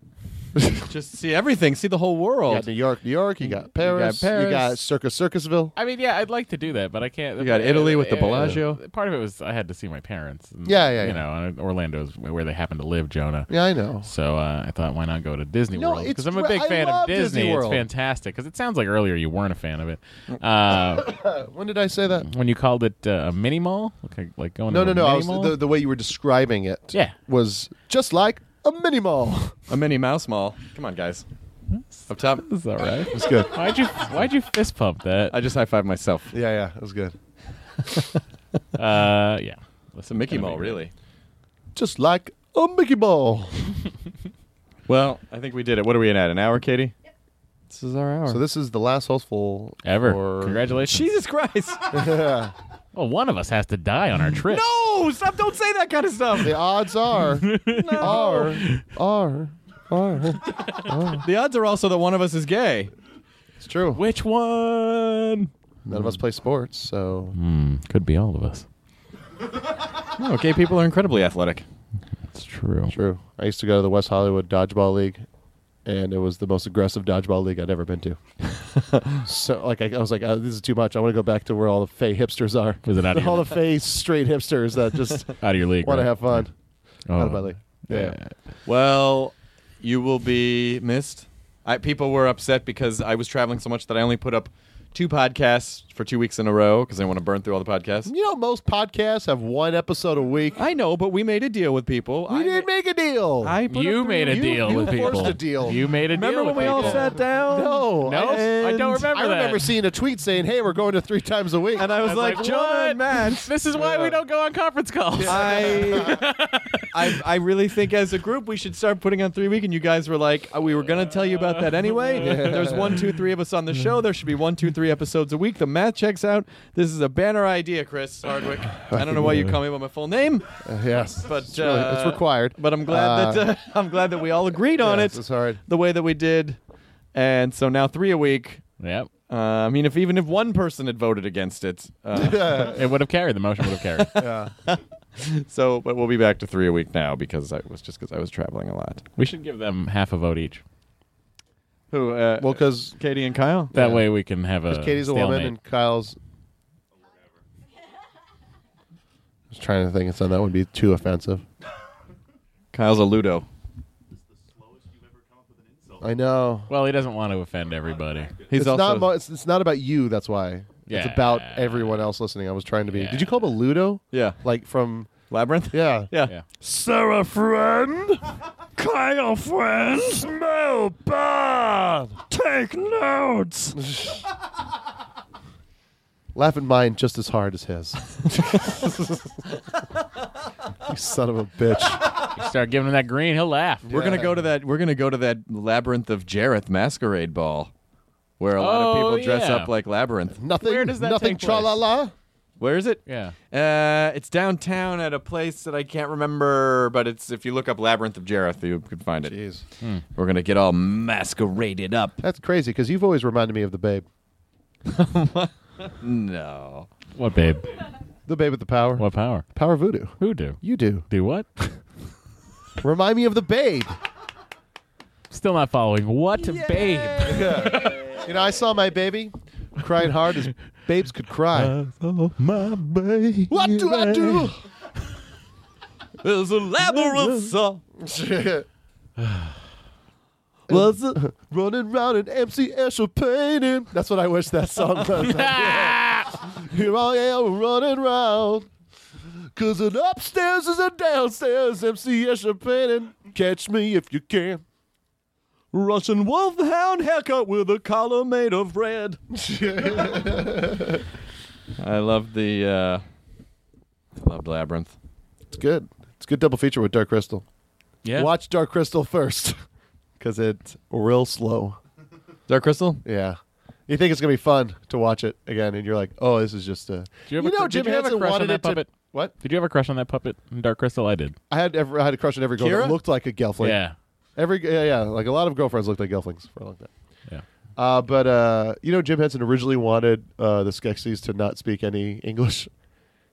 Speaker 1: Just see everything, see the whole
Speaker 4: You
Speaker 1: world.
Speaker 4: got New York, New York. You got Paris.
Speaker 1: Paris.
Speaker 4: You got Circus Circusville.
Speaker 3: I mean, yeah, I'd like to do that, but I can't.
Speaker 1: You got Italy with the
Speaker 3: Uh,
Speaker 1: Bellagio.
Speaker 3: Part of it was I had to see my parents. and,
Speaker 4: Yeah, yeah,
Speaker 3: You
Speaker 4: yeah.
Speaker 3: know, and Orlando's where they happen to live, Jonah.
Speaker 4: Yeah, I know.
Speaker 3: So uh, I thought, why not go to Disney
Speaker 4: No,
Speaker 3: World?
Speaker 4: it's
Speaker 3: Because I'm a
Speaker 4: dr-
Speaker 3: big
Speaker 4: I
Speaker 3: fan of
Speaker 4: love
Speaker 3: Disney.
Speaker 4: Disney
Speaker 3: It's
Speaker 4: World.
Speaker 3: fantastic. Because it sounds like earlier you weren't a fan of it. Uh,
Speaker 4: Uh, When did I say that?
Speaker 3: when you called it uh, a mini mall, okay, like going
Speaker 4: No,
Speaker 3: to
Speaker 4: no,
Speaker 3: a
Speaker 4: no. I
Speaker 3: mini
Speaker 4: was,
Speaker 3: mall?
Speaker 4: the, the way you were describing it
Speaker 3: Yeah.
Speaker 4: was just like a mini mall.
Speaker 1: A mini mouse mall. Come on, guys. Up top.
Speaker 3: That's all right.
Speaker 4: It's good.
Speaker 3: Why'd you Why'd you fist pump that?
Speaker 1: I just high five myself.
Speaker 4: Yeah, yeah, it was good.
Speaker 3: Uh, yeah.
Speaker 1: It's a Mickey Mole, really.
Speaker 4: Just like a Mickey Ball.
Speaker 1: Well, I think we did it. What are we in at? An hour, Katie? This is our hour.
Speaker 4: So this is the last hostful
Speaker 3: Ever.
Speaker 4: for-
Speaker 3: Congratulations.
Speaker 1: Jesus Christ!
Speaker 3: Well, one of us has to die on our trip.
Speaker 1: no, stop! Don't say that kind of stuff.
Speaker 4: The odds are, are, are, are.
Speaker 1: The odds are also that one of us is gay.
Speaker 4: It's true.
Speaker 3: Which one?
Speaker 4: None of us play sports, so
Speaker 3: Hmm. Could be all of us.
Speaker 1: No, Oh, gay people are incredibly athletic.
Speaker 3: It's true.
Speaker 4: true. I used to go to the West Hollywood Dodgeball League, and it was the most aggressive dodgeball league I'd ever been to. so, like, I, I was like, oh, this is too much. I want to go back to where all the fey hipsters are.
Speaker 3: Was it out of
Speaker 4: all
Speaker 3: your,
Speaker 4: the fey straight hipsters that just
Speaker 3: out of your league?
Speaker 4: want to
Speaker 3: right?
Speaker 4: have fun.
Speaker 3: Oh.
Speaker 4: Out of my league. Yeah.
Speaker 1: Well, you will be missed. I, people were upset because I was traveling so much that I only put up two podcasts for two weeks in a row because I want to burn through all the podcasts.
Speaker 4: You know, most podcasts have one episode a week.
Speaker 1: I know, but we made a deal with people.
Speaker 4: We
Speaker 1: I
Speaker 4: didn't make a deal.
Speaker 1: I put
Speaker 3: You
Speaker 1: up
Speaker 3: made a
Speaker 1: you-
Speaker 3: deal
Speaker 1: you
Speaker 3: with
Speaker 1: forced
Speaker 3: people.
Speaker 4: a deal.
Speaker 3: You made a
Speaker 1: Remember
Speaker 3: deal
Speaker 1: when
Speaker 3: with
Speaker 1: we all
Speaker 3: people.
Speaker 1: sat down?
Speaker 4: no,
Speaker 3: No, I don't
Speaker 1: And
Speaker 3: remember
Speaker 4: I remember
Speaker 3: that.
Speaker 4: seeing a tweet saying, "Hey, we're going to three times a week."
Speaker 1: And I was,
Speaker 3: I was
Speaker 1: like,
Speaker 3: like,
Speaker 1: Jonah and
Speaker 3: "What?"
Speaker 1: Matt.
Speaker 3: This is why we don't go on conference calls.
Speaker 1: I, I, I really think as a group we should start putting on three week. And you guys were like, "Oh, we were going to tell you about that anyway. There's one, two, three of us on the show. There should be one, two, three episodes a week. The math checks out. This is a banner idea, Chris Hardwick. I don't know why you call me by my full name,
Speaker 4: Uh, yes,
Speaker 1: but
Speaker 4: it's, really- it's
Speaker 1: uh,
Speaker 4: required.
Speaker 1: But uh, I'm glad
Speaker 4: Uh,
Speaker 1: that uh, I'm glad that we all agreed on
Speaker 4: yes,
Speaker 1: it
Speaker 4: It's hard.
Speaker 1: the way that we did, and so now three a week.
Speaker 3: yep.
Speaker 1: Uh, I mean, if even if one person had voted against it, uh,
Speaker 3: It would have carried. The motion would have carried.
Speaker 1: so but we'll be back to three a week now because I was just because I was traveling a lot.
Speaker 3: we should give them half a vote each.
Speaker 1: Who? Uh,
Speaker 4: Well, because
Speaker 1: Katie and Kyle.
Speaker 3: That
Speaker 4: Yeah.
Speaker 3: way we can have a
Speaker 4: Katie's a
Speaker 3: Uh, stalemate.
Speaker 4: woman and Kyle's. I was trying to think of something that would be too offensive.
Speaker 1: Kyle's a Ludo.
Speaker 4: I know.
Speaker 3: well, he doesn't want to offend everybody.
Speaker 1: He's
Speaker 4: it's
Speaker 1: also
Speaker 4: not. mo- It's, it's not about you. That's why. It's
Speaker 3: Yeah.
Speaker 4: about everyone else listening. I was trying to be. Did you call him a Ludo?
Speaker 1: yeah
Speaker 4: Like from.
Speaker 1: labyrinth.
Speaker 4: Yeah.
Speaker 1: Yeah.
Speaker 3: Yeah.
Speaker 4: Sarah friend, Kyle friend, smell bad. Take notes. Laugh at mine just as hard as his. you son of a bitch.
Speaker 3: You start giving him that green, he'll laugh.
Speaker 1: We're gonna go to that. We're gonna go to that labyrinth of Jareth masquerade ball, where a lot
Speaker 3: Oh,
Speaker 1: of people dress
Speaker 3: yeah.
Speaker 1: up like labyrinth.
Speaker 4: Nothing.
Speaker 3: Where does that
Speaker 4: nothing.
Speaker 3: take place?
Speaker 4: Tra la la.
Speaker 1: Where is it?
Speaker 3: Yeah.
Speaker 1: Uh, it's downtown at a place that I can't remember, but it's if you look up labyrinth of Jareth, you could find it.
Speaker 4: Jeez,
Speaker 1: We're gonna get all masqueraded up.
Speaker 4: that's crazy because you've always reminded me of the babe,
Speaker 1: No.
Speaker 3: What babe?
Speaker 4: the babe with the power,
Speaker 3: What power?
Speaker 4: power voodoo.
Speaker 3: Who do?
Speaker 4: You do
Speaker 3: Do what?
Speaker 4: remind me of the babe.
Speaker 3: Still not following. What babe?
Speaker 4: You know, I saw my baby crying hard as babes could cry. What do I do?
Speaker 1: There's a labyrinth song.
Speaker 4: Was it running round in MC Escher painting? That's what I wish that song was. Here I am running round. Cause an upstairs is a downstairs MC Escher painting. Catch me if you can.
Speaker 1: Russian wolfhound haircut with a collar made of red. I love the. Uh, I loved Labyrinth.
Speaker 4: It's good. It's a good double feature with Dark Crystal.
Speaker 3: Yeah.
Speaker 4: Watch Dark Crystal first. Cause it's real slow.
Speaker 1: Dark Crystal?
Speaker 4: Yeah. You think it's gonna be fun to watch it again, and you're like, "Oh, this is just a."
Speaker 3: you have a cr-
Speaker 4: Jim
Speaker 3: did you have a
Speaker 4: Henson
Speaker 3: crush on
Speaker 4: wanted
Speaker 3: that
Speaker 4: it to-
Speaker 3: puppet?
Speaker 4: What?
Speaker 3: Did you have a crush on that puppet in Dark Crystal? I did.
Speaker 4: I had ever I had a crush on every girl
Speaker 1: Kira?
Speaker 4: that looked like a gelfling.
Speaker 3: Yeah.
Speaker 4: Every yeah, yeah, like a lot of girlfriends looked like gelflings for a long time.
Speaker 3: Yeah.
Speaker 4: Uh, but uh, you know, Jim Henson originally wanted uh, the Skeksis to not speak any English.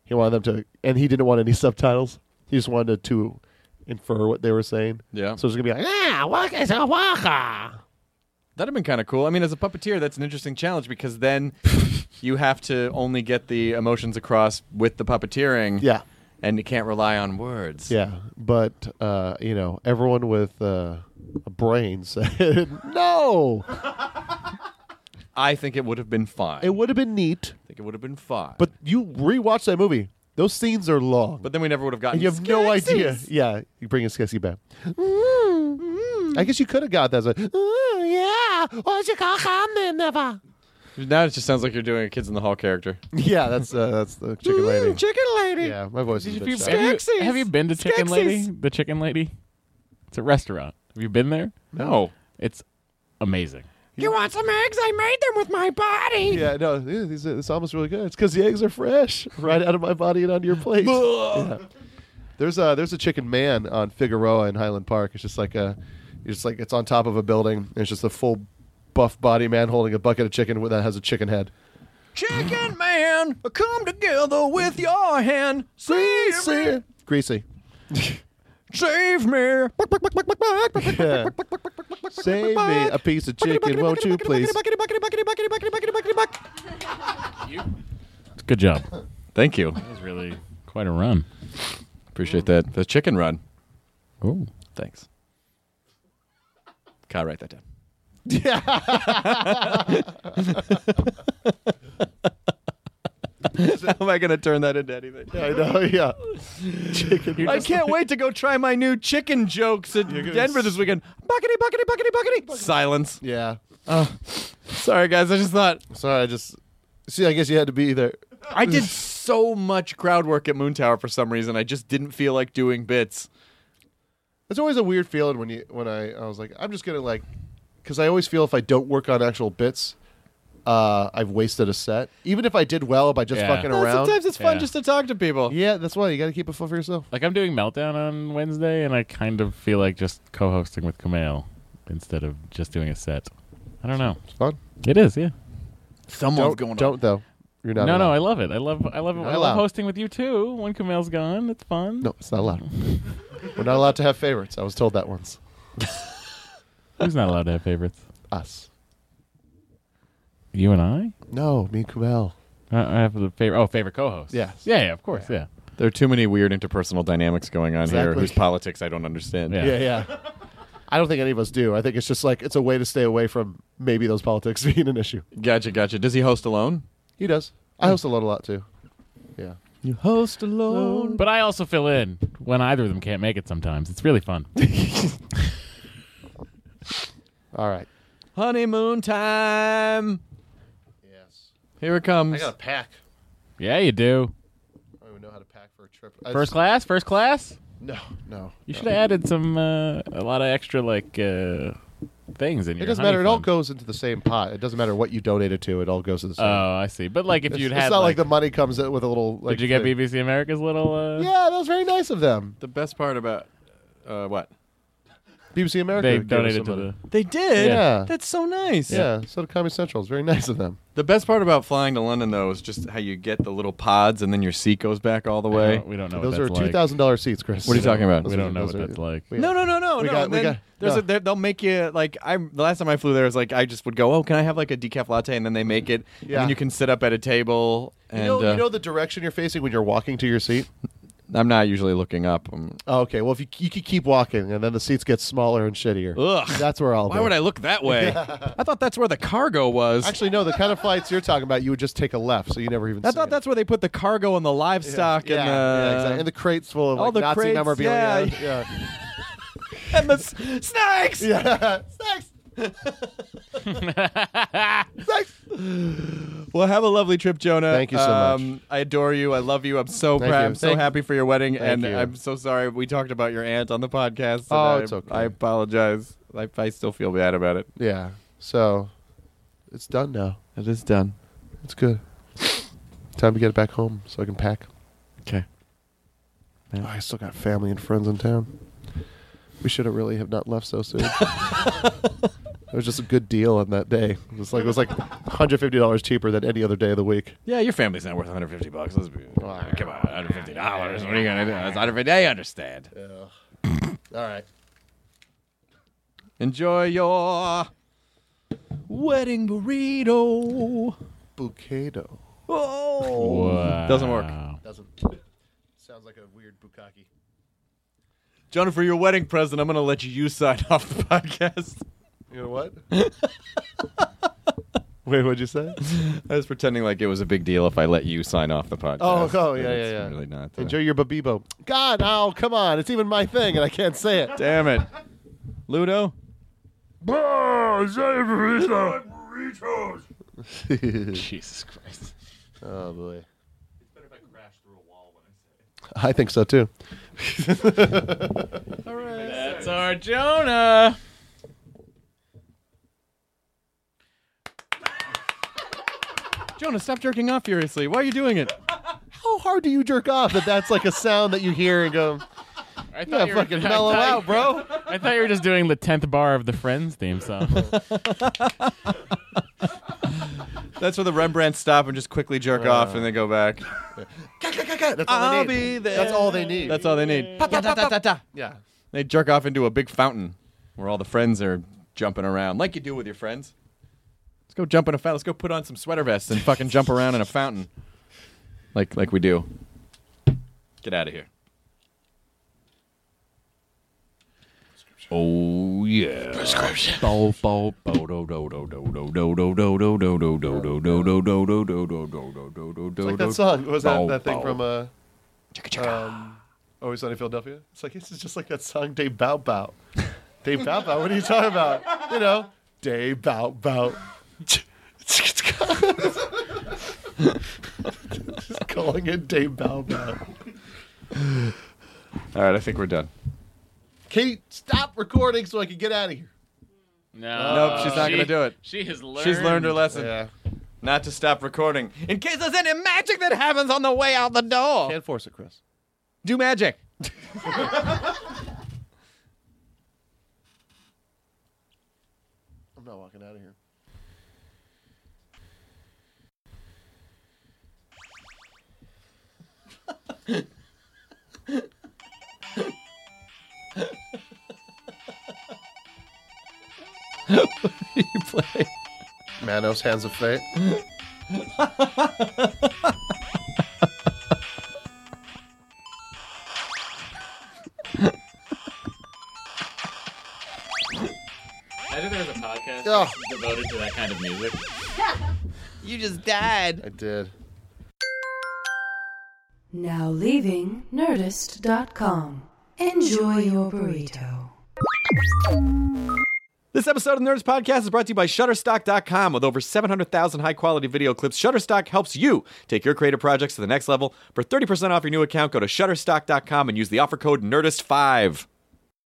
Speaker 4: He wanted them to, and he didn't want any subtitles. He just wanted to infer what they were saying.
Speaker 1: Yeah.
Speaker 4: So it's gonna be like, ah, waka is a waka.
Speaker 1: That'd have been kind of cool. I mean, as a puppeteer, that's an interesting challenge because then you have to only get the emotions across with the puppeteering.
Speaker 4: Yeah,
Speaker 1: And you can't rely on words.
Speaker 4: yeah. But uh, you know, everyone with uh, a brain said, no.
Speaker 1: I think it would have been fine.
Speaker 4: It would have been neat,
Speaker 1: I think it would have been fine.
Speaker 4: but you rewatch that movie. Those scenes are long.
Speaker 1: but then we never would have gotten.
Speaker 4: And you have no
Speaker 1: Skeksis!
Speaker 4: idea. Mm-hmm. Yeah, you bring a sketchy back. I guess you could have got that. It's like, "Ooh,
Speaker 1: Now it just sounds like you're doing a Kids in the Hall character.
Speaker 4: Yeah, that's uh, that's the Mm, chicken lady.
Speaker 1: Chicken lady.
Speaker 4: Yeah, my voice is
Speaker 1: Did
Speaker 4: a bit
Speaker 1: you
Speaker 4: shot.
Speaker 1: feel-
Speaker 3: Have you,
Speaker 1: Skeksis.
Speaker 3: have you been to Chicken Lady?
Speaker 1: Skeksis.
Speaker 3: The Chicken Lady? It's a restaurant. Have you been there?
Speaker 1: No.
Speaker 3: It's amazing.
Speaker 1: You want some eggs? I made them with my body.
Speaker 4: Yeah, no, yeah, these, this almost really good. It's because the eggs are fresh, right out of my body and onto your plate. Yeah. There's a there's a chicken man on Figueroa in Highland Park. It's just like a, it's like it's on top of a building. And it's just a full, buff body man holding a bucket of chicken with- that has a chicken head.
Speaker 1: Chicken man, come together with your hand. Save me.
Speaker 4: Greasy.
Speaker 1: Save me.
Speaker 4: Yeah. Save me a piece of chicken, won't you, please?
Speaker 3: Good job.
Speaker 1: Thank you.
Speaker 3: That was really quite a run.
Speaker 1: Appreciate that. The chicken run.
Speaker 3: Oh.
Speaker 1: Thanks. Kyle, write that down. Yeah. How am I going to turn that into anything?
Speaker 4: I know. Yeah. Chicken.
Speaker 1: I can't wait to go try my new chicken jokes at
Speaker 4: gonna
Speaker 1: Denver this weekend. Buckety, buckety, buckety, buckety. Silence.
Speaker 4: Yeah.
Speaker 1: Sorry, guys. I just thought
Speaker 4: Sorry, I just. See, I guess you had to be there.
Speaker 1: I did so much crowd work at Moon Tower for some reason. I just didn't feel like doing bits.
Speaker 4: It's always a weird feeling when you when I I was like I'm just gonna like because I always feel if I don't work on actual bits, uh, I've wasted a set. Even if I did well by just
Speaker 3: Yeah.
Speaker 4: fucking
Speaker 1: Well,
Speaker 4: around.
Speaker 1: sometimes it's fun
Speaker 3: Yeah.
Speaker 1: just to talk to people.
Speaker 4: yeah, that's why you got to keep it fun for yourself.
Speaker 3: Like I'm doing Meltdown on Wednesday and I kind of feel like just co-hosting with Kamel instead of just doing a set. I don't know.
Speaker 4: It's fun.
Speaker 3: It is, yeah.
Speaker 1: Someone's
Speaker 4: Don't don't though. You're not.
Speaker 3: No, no,
Speaker 4: allowed.
Speaker 3: I love it. I love I love it.
Speaker 4: You're
Speaker 3: I
Speaker 4: not
Speaker 3: love
Speaker 4: allowed.
Speaker 3: hosting with you too when Kamel's gone. It's fun.
Speaker 4: no, it's not allowed. We're not allowed to have favorites. I was told that once.
Speaker 3: Who's not allowed to have favorites?
Speaker 4: Us.
Speaker 3: You and I?
Speaker 4: No, me and Kumail.
Speaker 3: I I have the favorite. Oh, favorite co-host.
Speaker 4: Yes.
Speaker 3: Yeah, yeah, of course. Yeah.
Speaker 1: There are too many weird interpersonal dynamics going on here
Speaker 4: Exactly.
Speaker 1: whose politics I don't understand.
Speaker 3: Yeah.
Speaker 4: Yeah, yeah. I don't think any of us do. I think it's just like it's a way to stay away from maybe those politics being an issue.
Speaker 1: Gotcha, gotcha. Does he host alone?
Speaker 4: He does.
Speaker 3: Hmm.
Speaker 4: I host a lot, a lot too. Yeah.
Speaker 1: You host alone.
Speaker 3: But I also fill in when either of them can't make it sometimes. It's really fun.
Speaker 4: All right.
Speaker 1: Honeymoon time.
Speaker 4: Yes.
Speaker 1: Here it comes.
Speaker 4: pack.
Speaker 3: yeah, you do.
Speaker 4: I don't even know how to pack for a trip.
Speaker 3: First class, first class.
Speaker 4: No, no.
Speaker 3: You should have added some uh, a lot of extra like uh, things in your
Speaker 4: It
Speaker 3: honey
Speaker 4: doesn't matter. It all
Speaker 3: fund.
Speaker 4: goes into the same pot. It doesn't matter what you donate it to. It all goes to the same.
Speaker 3: Oh, I see. But like if
Speaker 4: it's,
Speaker 3: you'd
Speaker 4: it's
Speaker 3: had
Speaker 4: not like,
Speaker 3: like,
Speaker 4: the money comes in with a little. Like,
Speaker 3: Did you get
Speaker 4: thing.
Speaker 3: BBC America's little uh
Speaker 4: Yeah, that was very nice of them.
Speaker 1: the best part about uh, what?
Speaker 4: BBC America.
Speaker 3: they
Speaker 4: gave us
Speaker 3: donated to
Speaker 4: some
Speaker 3: the
Speaker 4: money.
Speaker 1: They did.
Speaker 4: Yeah.
Speaker 1: That's so nice.
Speaker 4: Yeah. So did Comedy Central. It's very nice of them.
Speaker 1: The best part about flying to London though is just how you get the little pods and then your seat goes back all the way.
Speaker 3: We don't know.
Speaker 4: Those
Speaker 3: what
Speaker 4: are
Speaker 3: Oh, that's
Speaker 4: two thousand dollars seats, Chris.
Speaker 1: What are you talking about?
Speaker 3: Like. We
Speaker 4: Those
Speaker 3: don't
Speaker 4: are-
Speaker 3: know what
Speaker 4: those are-
Speaker 3: that's like.
Speaker 4: We-
Speaker 1: No, no, no, no,
Speaker 4: We
Speaker 1: no.
Speaker 4: got- we
Speaker 1: then
Speaker 4: got-
Speaker 1: there's
Speaker 4: no.
Speaker 1: a, there- they'll make you like I. The last time I flew there was like I just would go. Oh, can I have like a decaf latte? And then they make it.
Speaker 4: Yeah.
Speaker 1: And then you can sit up at a table.
Speaker 4: You
Speaker 1: And
Speaker 4: know,
Speaker 1: uh,
Speaker 4: you know the direction you're facing when you're walking to your seat.
Speaker 1: I'm not usually looking up. I'm-
Speaker 4: Oh, okay. Well, if you you could keep walking, and then the seats get smaller and shittier.
Speaker 1: Ugh.
Speaker 4: That's where I'll.
Speaker 1: Why
Speaker 4: go.
Speaker 1: would I look that way? I thought that's where the cargo was.
Speaker 4: Actually, no. The kind of flights you're talking about, you would just take a left, so you never even.
Speaker 1: I
Speaker 4: see
Speaker 1: thought
Speaker 4: it.
Speaker 1: that's where they put the cargo and the livestock
Speaker 4: yeah,
Speaker 1: and uh,
Speaker 4: yeah,
Speaker 1: the
Speaker 4: exactly. and the crates full of
Speaker 1: all
Speaker 4: like,
Speaker 1: the
Speaker 4: Nazi
Speaker 1: crates,
Speaker 4: memorabilia.
Speaker 1: yeah.
Speaker 4: yeah.
Speaker 1: and the s- snakes.
Speaker 4: Yeah. Sex. Sex.
Speaker 1: Well, have a lovely trip, Jonah. Um,
Speaker 4: Thank you so much.
Speaker 1: I adore you. I love you. I'm so
Speaker 4: Thank
Speaker 1: proud.
Speaker 4: you.
Speaker 1: I'm so
Speaker 4: Thank-
Speaker 1: happy for your wedding, and
Speaker 4: you.
Speaker 1: I'm so sorry we talked about your aunt on the podcast. and
Speaker 4: Oh,
Speaker 1: I,
Speaker 4: it's okay.
Speaker 1: I apologize. I, I still feel bad about it.
Speaker 4: Yeah. So it's done now.
Speaker 1: It is done.
Speaker 4: It's good. Time to get it back home so I can pack.
Speaker 1: Okay.
Speaker 4: Oh, I still got family and friends in town. We should have really have not left so soon. it was just a good deal on that day. It was like it was like $150 cheaper than any other day of the week.
Speaker 1: Yeah, your family's not worth 150 bucks. Let's be, come on, 150 dollars. What are you gonna do? It's 150. I understand.
Speaker 4: All right.
Speaker 1: Enjoy your wedding burrito.
Speaker 4: Bukato.
Speaker 1: Oh, doesn't work.
Speaker 3: Wow.
Speaker 4: Doesn't sounds like a weird bukkake.
Speaker 1: Jonah, for your wedding present, I'm gonna let you sign off the podcast.
Speaker 4: You know what? Wait, what'd you say?
Speaker 1: I was pretending like it was a big deal if I let you sign off the podcast.
Speaker 4: Oh, oh, yeah,
Speaker 1: but
Speaker 4: yeah,
Speaker 1: it's
Speaker 4: yeah.
Speaker 1: Really not. uh,
Speaker 4: Enjoy your babibo. God, oh, come on. It's even my thing, and I can't say it.
Speaker 1: Damn it, Ludo.
Speaker 3: Jesus Christ.
Speaker 4: Oh boy.
Speaker 3: It's better if I crash through a wall when I say it.
Speaker 4: I think so too.
Speaker 3: That's our Jonah.
Speaker 1: Jonah, stop jerking off furiously. Why are you doing it?
Speaker 4: How hard do you jerk off that that's like a sound that you hear and go,
Speaker 3: I thought
Speaker 4: yeah,
Speaker 3: you were
Speaker 4: fucking
Speaker 3: I
Speaker 4: mellow
Speaker 3: thought-
Speaker 4: out, bro?
Speaker 3: I thought you were just doing the tenth bar of the Friends theme song.
Speaker 1: That's where the Rembrandts stop and just quickly jerk off and then go back.
Speaker 4: That's all
Speaker 1: I'll
Speaker 4: they need.
Speaker 1: be there.
Speaker 4: That's all they need.
Speaker 1: That's all they need. Da, da, da, da, da.
Speaker 4: Yeah.
Speaker 1: They jerk off into a big fountain where all the friends are jumping around, like you do with your friends. Let's go jump in a fountain. Let's go put on some sweater vests and fucking jump around in a fountain, like like we do. Get out of here. Oh yeah. Prescription. Bo bo bo do do do do do do do do do do do do do do do do do do do do do do do
Speaker 4: It's like that song. What was that, that thing from uh, um, Always Sunny in Philadelphia? It's like, this is just like that song, Day Bow Bow. Day Bow Bow, what are you talking about? You know, Day Bow Bow. just calling it Day Bow Bow.
Speaker 1: All right, I think we're done.
Speaker 4: Kate, stop recording so I can get out of here.
Speaker 3: No,
Speaker 1: Nope, she's not
Speaker 3: she-
Speaker 1: gonna do it.
Speaker 3: She has learned.
Speaker 1: She's learned her lesson.
Speaker 4: Yeah.
Speaker 1: not to stop recording in case there's any magic that happens on the way out the door.
Speaker 4: Can't force it, Chris.
Speaker 1: Do magic.
Speaker 4: I'm not walking out of here.
Speaker 1: you play.
Speaker 4: Manos, Hands of Fate.
Speaker 3: Imagine there was a podcast
Speaker 4: Oh.
Speaker 3: devoted to that kind of music.
Speaker 1: You just died.
Speaker 4: I did.
Speaker 2: Now leaving Nerdist.com. Enjoy your burrito.
Speaker 1: This episode of Nerds Podcast is brought to you by Shutterstock.com. With over 700,000 high quality video clips, Shutterstock helps you take your creative projects to the next level. For 30% off your new account, go to Shutterstock.com and use the offer code NERDIST5.